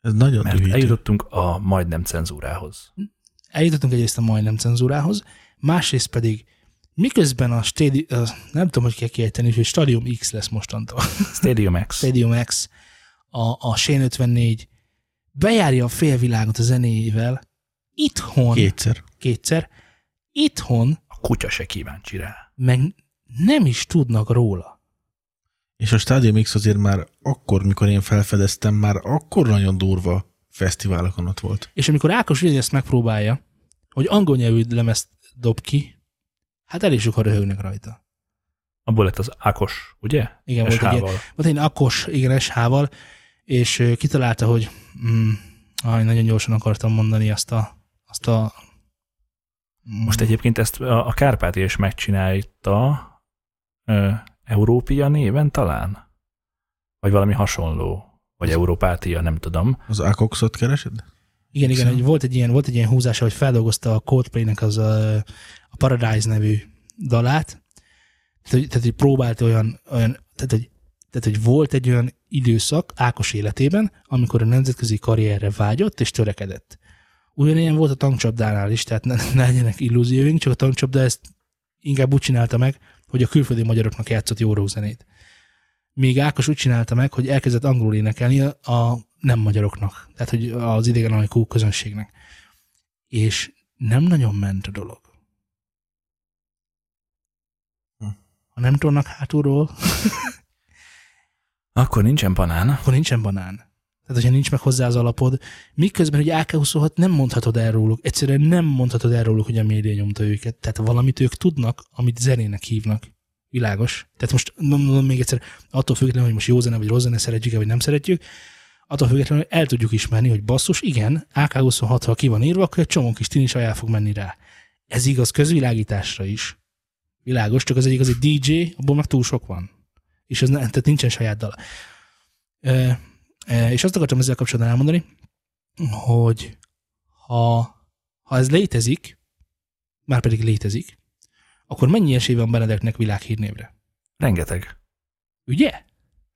S2: Ez nagyon
S3: Mert
S2: dühítő.
S3: eljutottunk a majdnem cenzúrához.
S1: Eljutottunk egyrészt a majdnem cenzúrához, másrészt pedig miközben a stadi, a, nem tudom, hogy kell kiejteni, hogy Stadium X lesz mostantól.
S3: Stadium X.
S1: Stadium X, a, a Shane 54 bejárja a félvilágot a zenéjével, itthon
S2: Kétszer.
S1: kétszer, itthon
S3: A kutya se kíváncsi rá.
S1: meg nem is tudnak róla.
S2: És a Stadium X azért már akkor, mikor én felfedeztem, már akkor nagyon durva fesztiválokon ott volt.
S1: És amikor Ákos Vigyány ezt megpróbálja, hogy angol nyelvű lemezt dob ki, hát elég sokan röhögnek rajta.
S3: Abból lett az Ákos, ugye?
S1: Igen, volt egy, ilyen-
S3: SH-val.
S1: volt egy Akos, igen, SH-val, és ö, kitalálta, hogy mm, aj, nagyon gyorsan akartam mondani azt a, azt a mm,
S3: Most egyébként ezt a a Kárpáti is megcsinálta ö, Európia néven talán? Vagy valami hasonló? Vagy Európátia, nem tudom.
S2: Az Akoxot keresed?
S1: Igen, igen,
S2: Szóval-
S1: hogy volt egy ilyen, volt egy ilyen húzása, hogy feldolgozta a Coldplay-nek az a, a Paradise nevű dalát, tehát, hogy, tehát, hogy próbált olyan, olyan tehát, hogy, tehát, hogy volt egy olyan időszak Ákos életében, amikor a nemzetközi karrierre vágyott és törekedett. Ugyanilyen volt a tankcsapdánál is, tehát ne, ne legyenek illúzióink, csak a tankcsapda ezt inkább úgy csinálta meg, hogy a külföldi magyaroknak játszott jó rockzenét. Míg Ákos úgy csinálta meg, hogy elkezdett angolul énekelni a, a nem magyaroknak, tehát hogy az idegen ajkú közönségnek. És nem nagyon ment a dolog. Ha nem tolnak hátulról,
S3: Akkor nincsen banán.
S1: akkor nincsen banán. Tehát, hogyha nincs meg hozzá az alapod, miközben, hogy AK-26 nem mondhatod el róluk, egyszerűen nem mondhatod el róluk, hogy a média nyomta őket. Tehát valamit ők tudnak, amit zenének hívnak. Világos. Tehát most mondom még egyszer, attól függetlenül, hogy most jó zene vagy rossz zene, szeretjük-e vagy nem szeretjük, attól függetlenül el tudjuk ismerni, hogy basszus, igen, AK-26, ha ki van írva, akkor egy csomó kis tin is ajánl fog menni rá. Ez igaz közvilágításra is. Világos, csak az egyik az egy DJ, abból meg túl sok van. És ez ne, tehát nincsen saját dala. Ö, ö, és azt akartam ezzel kapcsolatban elmondani, hogy ha, ha ez létezik, már pedig létezik, akkor mennyi esélye van Benedeknek világhírnévre?
S3: Rengeteg.
S1: Ugye?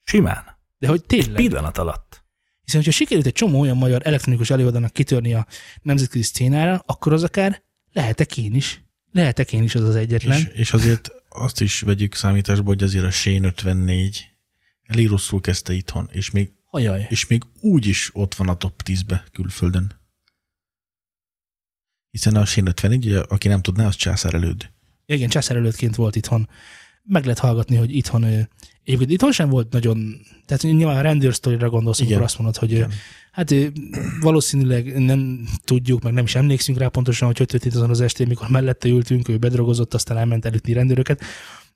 S3: Simán.
S1: De hogy
S3: Egy
S1: tényleg.
S3: pillanat alatt.
S1: Hiszen, hogyha sikerült egy csomó olyan magyar elektronikus előadónak kitörni a nemzetközi szcénára, akkor az akár lehetek én is. Lehetek én is az az egyetlen.
S2: És, és azért azt is vegyük számításba, hogy azért a Shane 54 elég rosszul kezdte itthon, és még,
S1: Ajaj.
S2: és még úgy is ott van a top 10-be külföldön. Hiszen a Shane 54, ugye, aki nem tudná, az császár előd.
S1: Igen, császárelődként volt itthon. Meg lehet hallgatni, hogy itthon ő, egyébként itthon sem volt nagyon, tehát nyilván a rendőrsztorira gondolsz, amikor
S2: Igen.
S1: azt mondod, hogy ő,
S2: Igen.
S1: hát ő, valószínűleg nem tudjuk, meg nem is emlékszünk rá pontosan, hogy hogy történt azon az estén, mikor mellette ültünk, ő bedrogozott, aztán elment elütni rendőröket,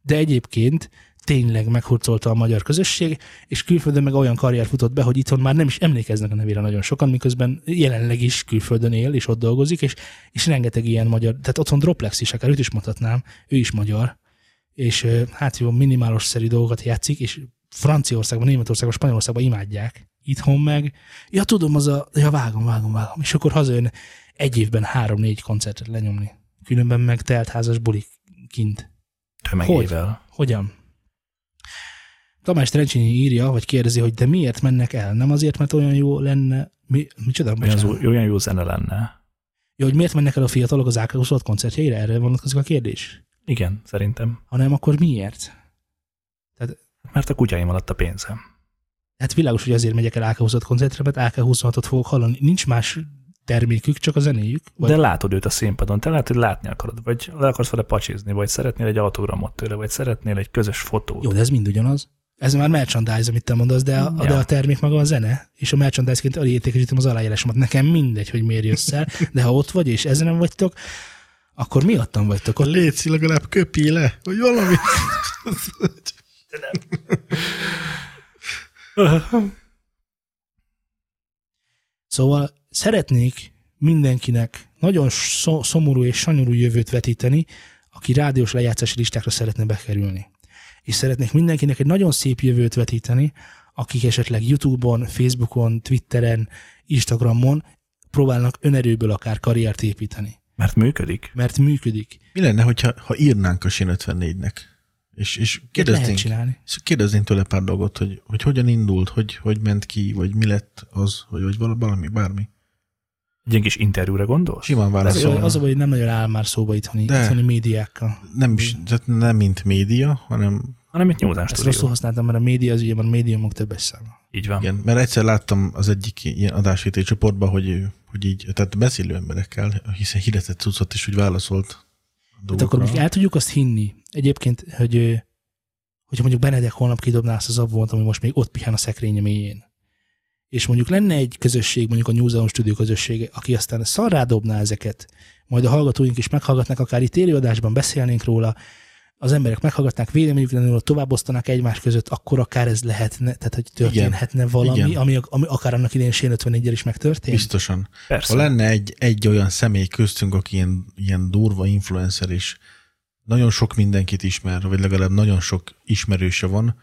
S1: de egyébként tényleg meghurcolta a magyar közösség, és külföldön meg olyan karrier futott be, hogy itthon már nem is emlékeznek a nevére nagyon sokan, miközben jelenleg is külföldön él, és ott dolgozik, és, és rengeteg ilyen magyar, tehát otthon Droplex is, akár őt is mondhatnám, ő is magyar, és ö, hát jó, minimálos szerű dolgokat játszik, és Franciaországban, Németországban, Spanyolországban imádják, itthon meg. Ja, tudom, az a, ja, vágom, vágom, vágom. És akkor hazajön egy évben három-négy koncertet lenyomni. Különben meg teltházas bulik kint.
S3: tömegével.
S1: Hogyan? Tamás Trencsényi írja, vagy kérdezi, hogy de miért mennek el? Nem azért, mert olyan jó lenne... Mi, micsoda?
S3: Olyan, az,
S1: Bocsánat.
S3: új- olyan jó zene lenne.
S1: Ja, hogy miért mennek el a fiatalok az AK26 koncertjeire? Erre vonatkozik a kérdés.
S3: Igen, szerintem.
S1: Hanem akkor miért?
S3: Mert a kutyáim alatt a pénzem.
S1: Hát világos, hogy azért megyek el AK26 koncertre, mert AK26-ot fogok hallani. Nincs más termékük, csak a zenéjük. Vagy
S3: Vagy... De látod őt a színpadon, te látod, hogy látni akarod, vagy le akarsz vele pacsizni, vagy szeretnél egy autogramot tőle, vagy szeretnél egy közös fotót.
S1: Jó, de ez mind ugyanaz. Ez már merchandise, amit te mondasz, de a,
S3: Ja.
S1: de a termék maga a zene, és a merchandise-ként alig értékesítem az aláírásomat. Nekem mindegy, hogy miért jössz el, de ha ott vagy, és ezen nem vagytok, akkor miattam vagytok ott.
S2: Léci, legalább köpi le, hogy valami.
S1: Szóval szeretnék mindenkinek nagyon szo- szomorú és sanyarú jövőt vetíteni, aki rádiós lejátszási listákra szeretne bekerülni. És szeretnék mindenkinek egy nagyon szép jövőt vetíteni, akik esetleg YouTube-on, Facebookon, Twitteren, Instagramon próbálnak önerőből akár karriert építeni.
S3: Mert működik.
S1: Mert működik.
S2: Mi lenne, hogyha, ha írnánk a Sin 54-nek? És, és
S1: Mit lehet
S2: kérdeznénk,
S1: csinálni?
S2: kérdeznénk tőle pár dolgot, hogy, hogy hogyan indult, hogy, hogy ment ki, vagy mi lett az, vagy, vagy vala- valami, bármi.
S3: Egy ilyen kis interjúra gondolsz?
S2: Simán
S1: Az,
S2: válaszolna.
S1: az a baj, hogy nem nagyon áll már szóba itthoni,
S2: De.
S1: itthoni médiákkal.
S2: Nem, is, tehát nem mint média, hanem
S3: Hanem itt nyúlzás
S1: Ezt rosszul használtam, mert a média az ugye már médiumok többes száma.
S3: Így van.
S2: igen. Mert egyszer láttam az egyik ilyen adásvételi csoportban, hogy, hogy így, tehát beszélő emberekkel, hiszen hirdetett cuccot is, hogy válaszolt a
S1: Hát akkor
S2: dolgokra.
S1: mondjuk el tudjuk azt hinni. Egyébként, hogy ö, hogyha mondjuk Benedek holnap kidobná azt az abbonyt, ami most még ott pihen a szekrénye mélyén. És mondjuk lenne egy közösség, mondjuk a New Zealand Studio közössége, aki aztán szarrá dobná ezeket, majd a hallgatóink is meghallgatnak, akár itt élőadásban beszélnénk róra, az emberek meghallgatnák, véleményük lenne róla, továbbosztanak egymás között, akkor akár ez lehetne, tehát hogy történhetne Igen. valami,
S2: Igen.
S1: Ami, ami, akár annak idén Sén 54 is megtörtént.
S2: Biztosan.
S3: Persze.
S2: Ha
S1: Szóval-
S2: lenne egy, egy olyan személy köztünk, aki ilyen, ilyen durva influencer és nagyon sok mindenkit ismer, vagy legalább nagyon sok ismerőse van,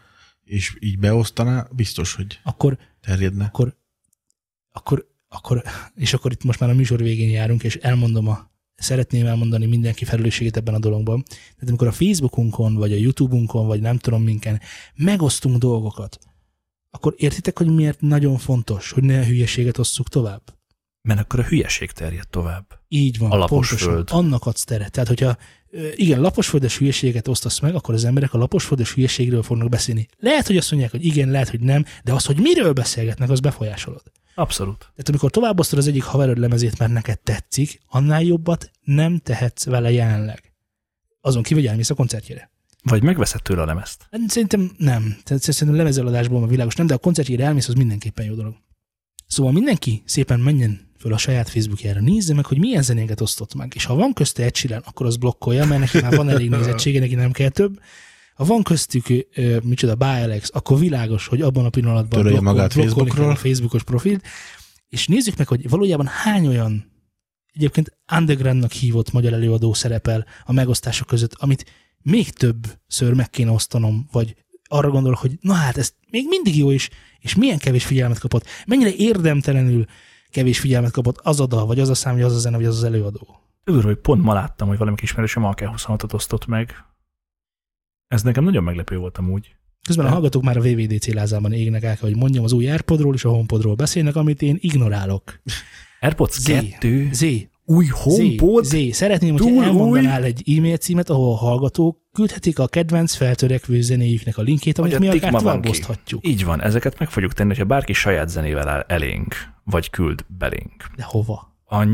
S2: és így beosztaná, biztos, hogy
S1: Akkor
S2: terjedne.
S1: akkor, akkor, akkor, és akkor itt most már a műsor végén járunk, és elmondom a, szeretném elmondani mindenki felelősségét ebben a dologban. Tehát amikor a Facebookunkon, vagy a YouTube-unkon, vagy nem tudom minken megosztunk dolgokat, akkor értitek, hogy miért nagyon fontos, hogy ne a hülyeséget osszuk tovább?
S3: Mert akkor a hülyeség terjed tovább.
S1: Így van,
S3: Alapos
S1: pontosan.
S3: föld.
S1: Annak adsz teret. Tehát, hogyha ö, igen, laposföldes hülyeséget osztasz meg, akkor az emberek a laposföldes hülyeségről fognak beszélni. Lehet, hogy azt mondják, hogy igen, lehet, hogy nem, de az, hogy miről beszélgetnek, az befolyásolod.
S3: Abszolút.
S1: Tehát amikor továbbosztod az egyik haverod lemezét, mert neked tetszik, annál jobbat nem tehetsz vele jelenleg. Azon kívül, hogy elmész a koncertjére.
S3: Vagy megveszed tőle a lemezt.
S1: Hát Szerintem nem. Tehát szerintem lemezeladásból van világos nem, de a koncertjére elmész, az mindenképpen jó dolog. Szóval mindenki szépen menjen föl a saját Facebookjára, nézze meg, hogy milyen zenéket osztott meg, és ha van közte egy silen, akkor az blokkolja, mert neki már van elég nézettsége, neki nem kell több. Ha van köztük, ö, micsoda, Bájalex, akkor világos, hogy abban a pillanatban
S2: Törölje
S1: blokkol-
S2: magát
S1: blokkolni kell
S2: Facebookról.
S1: a Facebookos profilt, és nézzük meg, hogy valójában hány olyan egyébként undergroundnak hívott magyar előadó szerepel a megosztások között, amit még többször meg kéne osztanom, vagy arra gondolok, hogy na hát ez még mindig jó is, és milyen kevés figyelmet kapott, mennyire érdemtelenül kevés figyelmet kapott az a dal, vagy az a szám, vagy az a zene, vagy az az előadó.
S3: Tudom, hogy pont ma láttam, hogy valami ismerősöm a 26-ot osztott meg. Ez nekem nagyon meglepő volt amúgy.
S1: Közben a
S3: Ja.
S1: hallgatók már a VVDC lázában égnek el, kell, hogy mondjam, az új Airpodról és a HomePodról beszélnek, amit én ignorálok.
S3: AirPods
S1: Z.
S3: 2,
S1: Z,
S3: új
S1: Z,
S3: HomePod,
S1: Z. Szeretném,
S3: Túl
S1: hogy
S3: új?
S1: elmondanál egy e-mail címet, ahol a hallgatók küldhetik a kedvenc feltörekvő zenéjüknek a linkjét, amit
S3: Vagy a
S1: mi akár
S3: Tigma van
S1: tovább
S3: ki.
S1: oszthatjuk.
S3: Így van, ezeket meg fogjuk tenni, hogyha bárki saját zenével áll elénk, vagy küld belénk.
S1: De hova?
S3: A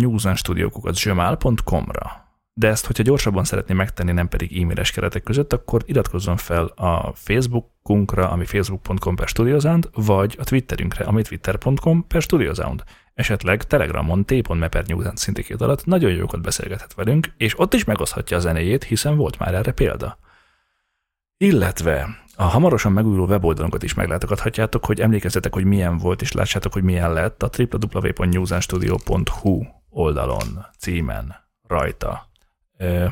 S3: newsandstudiokukat.gmail.com-ra. De ezt, hogyha gyorsabban szeretné megtenni, nem pedig e-mailes keretek között, akkor iratkozzon fel a Facebookunkra, ami facebook.com per studiosound, vagy a Twitterünkre, ami twitter.com per studiosound. Esetleg Telegramon, t.me per newsand szindikét alatt nagyon jókat beszélgethet velünk, és ott is megoszthatja a zenéjét, hiszen volt már erre példa. Illetve a hamarosan megújuló weboldalunkat is meglátogathatjátok, hogy emlékezzetek, hogy milyen volt, és lássátok, hogy milyen lett a www.newsanstudio.hu oldalon, címen, rajta. Ö,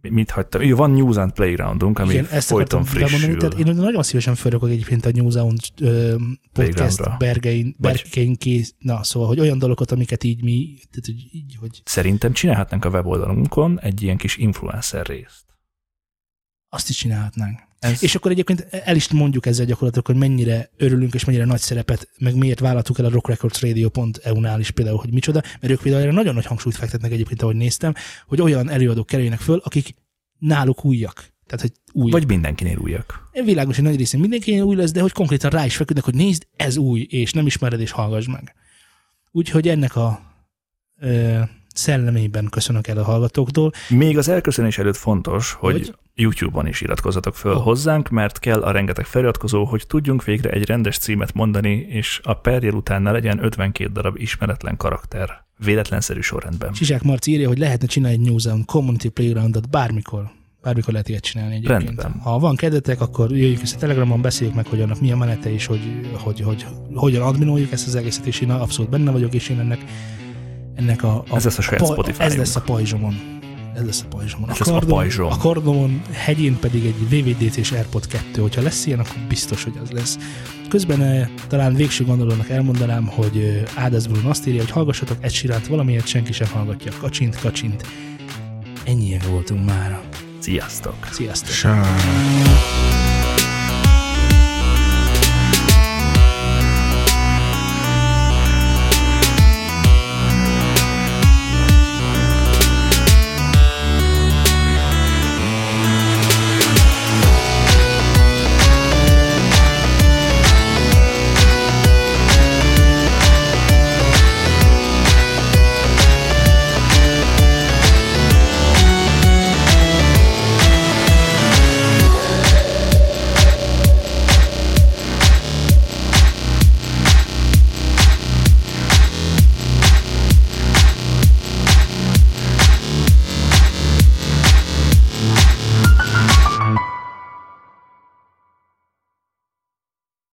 S3: mit hagytam? Jó, van News and Playgroundunk, ami
S1: Igen,
S3: Igen,
S1: ezt
S3: folyton
S1: akartam
S3: frissül.
S1: felmondani, tehát én nagyon szívesen fölökök egyébként a New Zealand ö, podcast
S3: Playgroundra.
S1: bergein,
S3: Vagy-
S1: bergein kész, na szóval, hogy olyan dolgokat, amiket így mi, tehát hogy így, hogy
S3: Szerintem csinálhatnánk a weboldalunkon egy ilyen kis influencer részt.
S1: azt is csinálhatnánk.
S3: Ez-
S1: És akkor egyébként el is mondjuk ezzel gyakorlatilag, hogy mennyire örülünk, és mennyire nagy szerepet, meg miért vállaltuk el a rockrecordsradio.eu-nál E is például, hogy micsoda, mert ők például erre nagyon nagy hangsúlyt fektetnek egyébként, ahogy néztem, hogy olyan előadók kerüljenek föl, akik náluk újak. Tehát, hogy új.
S3: Vagy mindenkinél újak.
S1: világos, hogy nagy részén mindenki új lesz, de hogy konkrétan rá is feküdnek, hogy nézd, ez új, és nem ismered, és hallgass meg. Úgyhogy ennek a ö, szellemében köszönök el a hallgatóktól.
S3: Még az elköszönés előtt fontos, hogy,
S1: Hogy?
S3: hogy? YouTube-on is iratkozzatok föl
S1: Ó.
S3: oh. hozzánk, mert kell a rengeteg feliratkozó, hogy tudjunk végre egy rendes címet mondani, és a perjel után ne legyen 52 darab ismeretlen karakter véletlenszerű sorrendben.
S1: Csizsák Marci írja, hogy lehetne csinálni egy New Zealand Community Playgroundot bármikor. Bármikor lehet ilyet csinálni egyébként.
S3: Rendben.
S1: Ha van kedvetek, akkor jöjjünk össze Telegramon, beszéljük meg, hogy annak mi a menete, és hogy, hogy, hogy, hogyan adminoljuk ezt az egészet, és én abszolút benne vagyok, és én ennek, ennek a, a
S3: Ez lesz a saját
S1: pa-
S3: Spotify-unk.
S1: Ez lesz a pajzsomon. Ez lesz a pajzsomon.
S3: Ez lesz a pajzsom.
S1: a kardomon hegyén pedig egy VVDT és Airpod 2. Hogyha lesz ilyen, akkor biztos, hogy az lesz. Közben eh, talán végső gondolónak elmondanám, hogy eh, Ádász Brun azt írja, hogy hallgassatok egy siránt, valamiért senki sem hallgatja. Kacsint, kacsint. Ennyien voltunk mára.
S3: Sziasztok!
S1: Sziasztok!
S2: Sár.
S1: Sziasztok!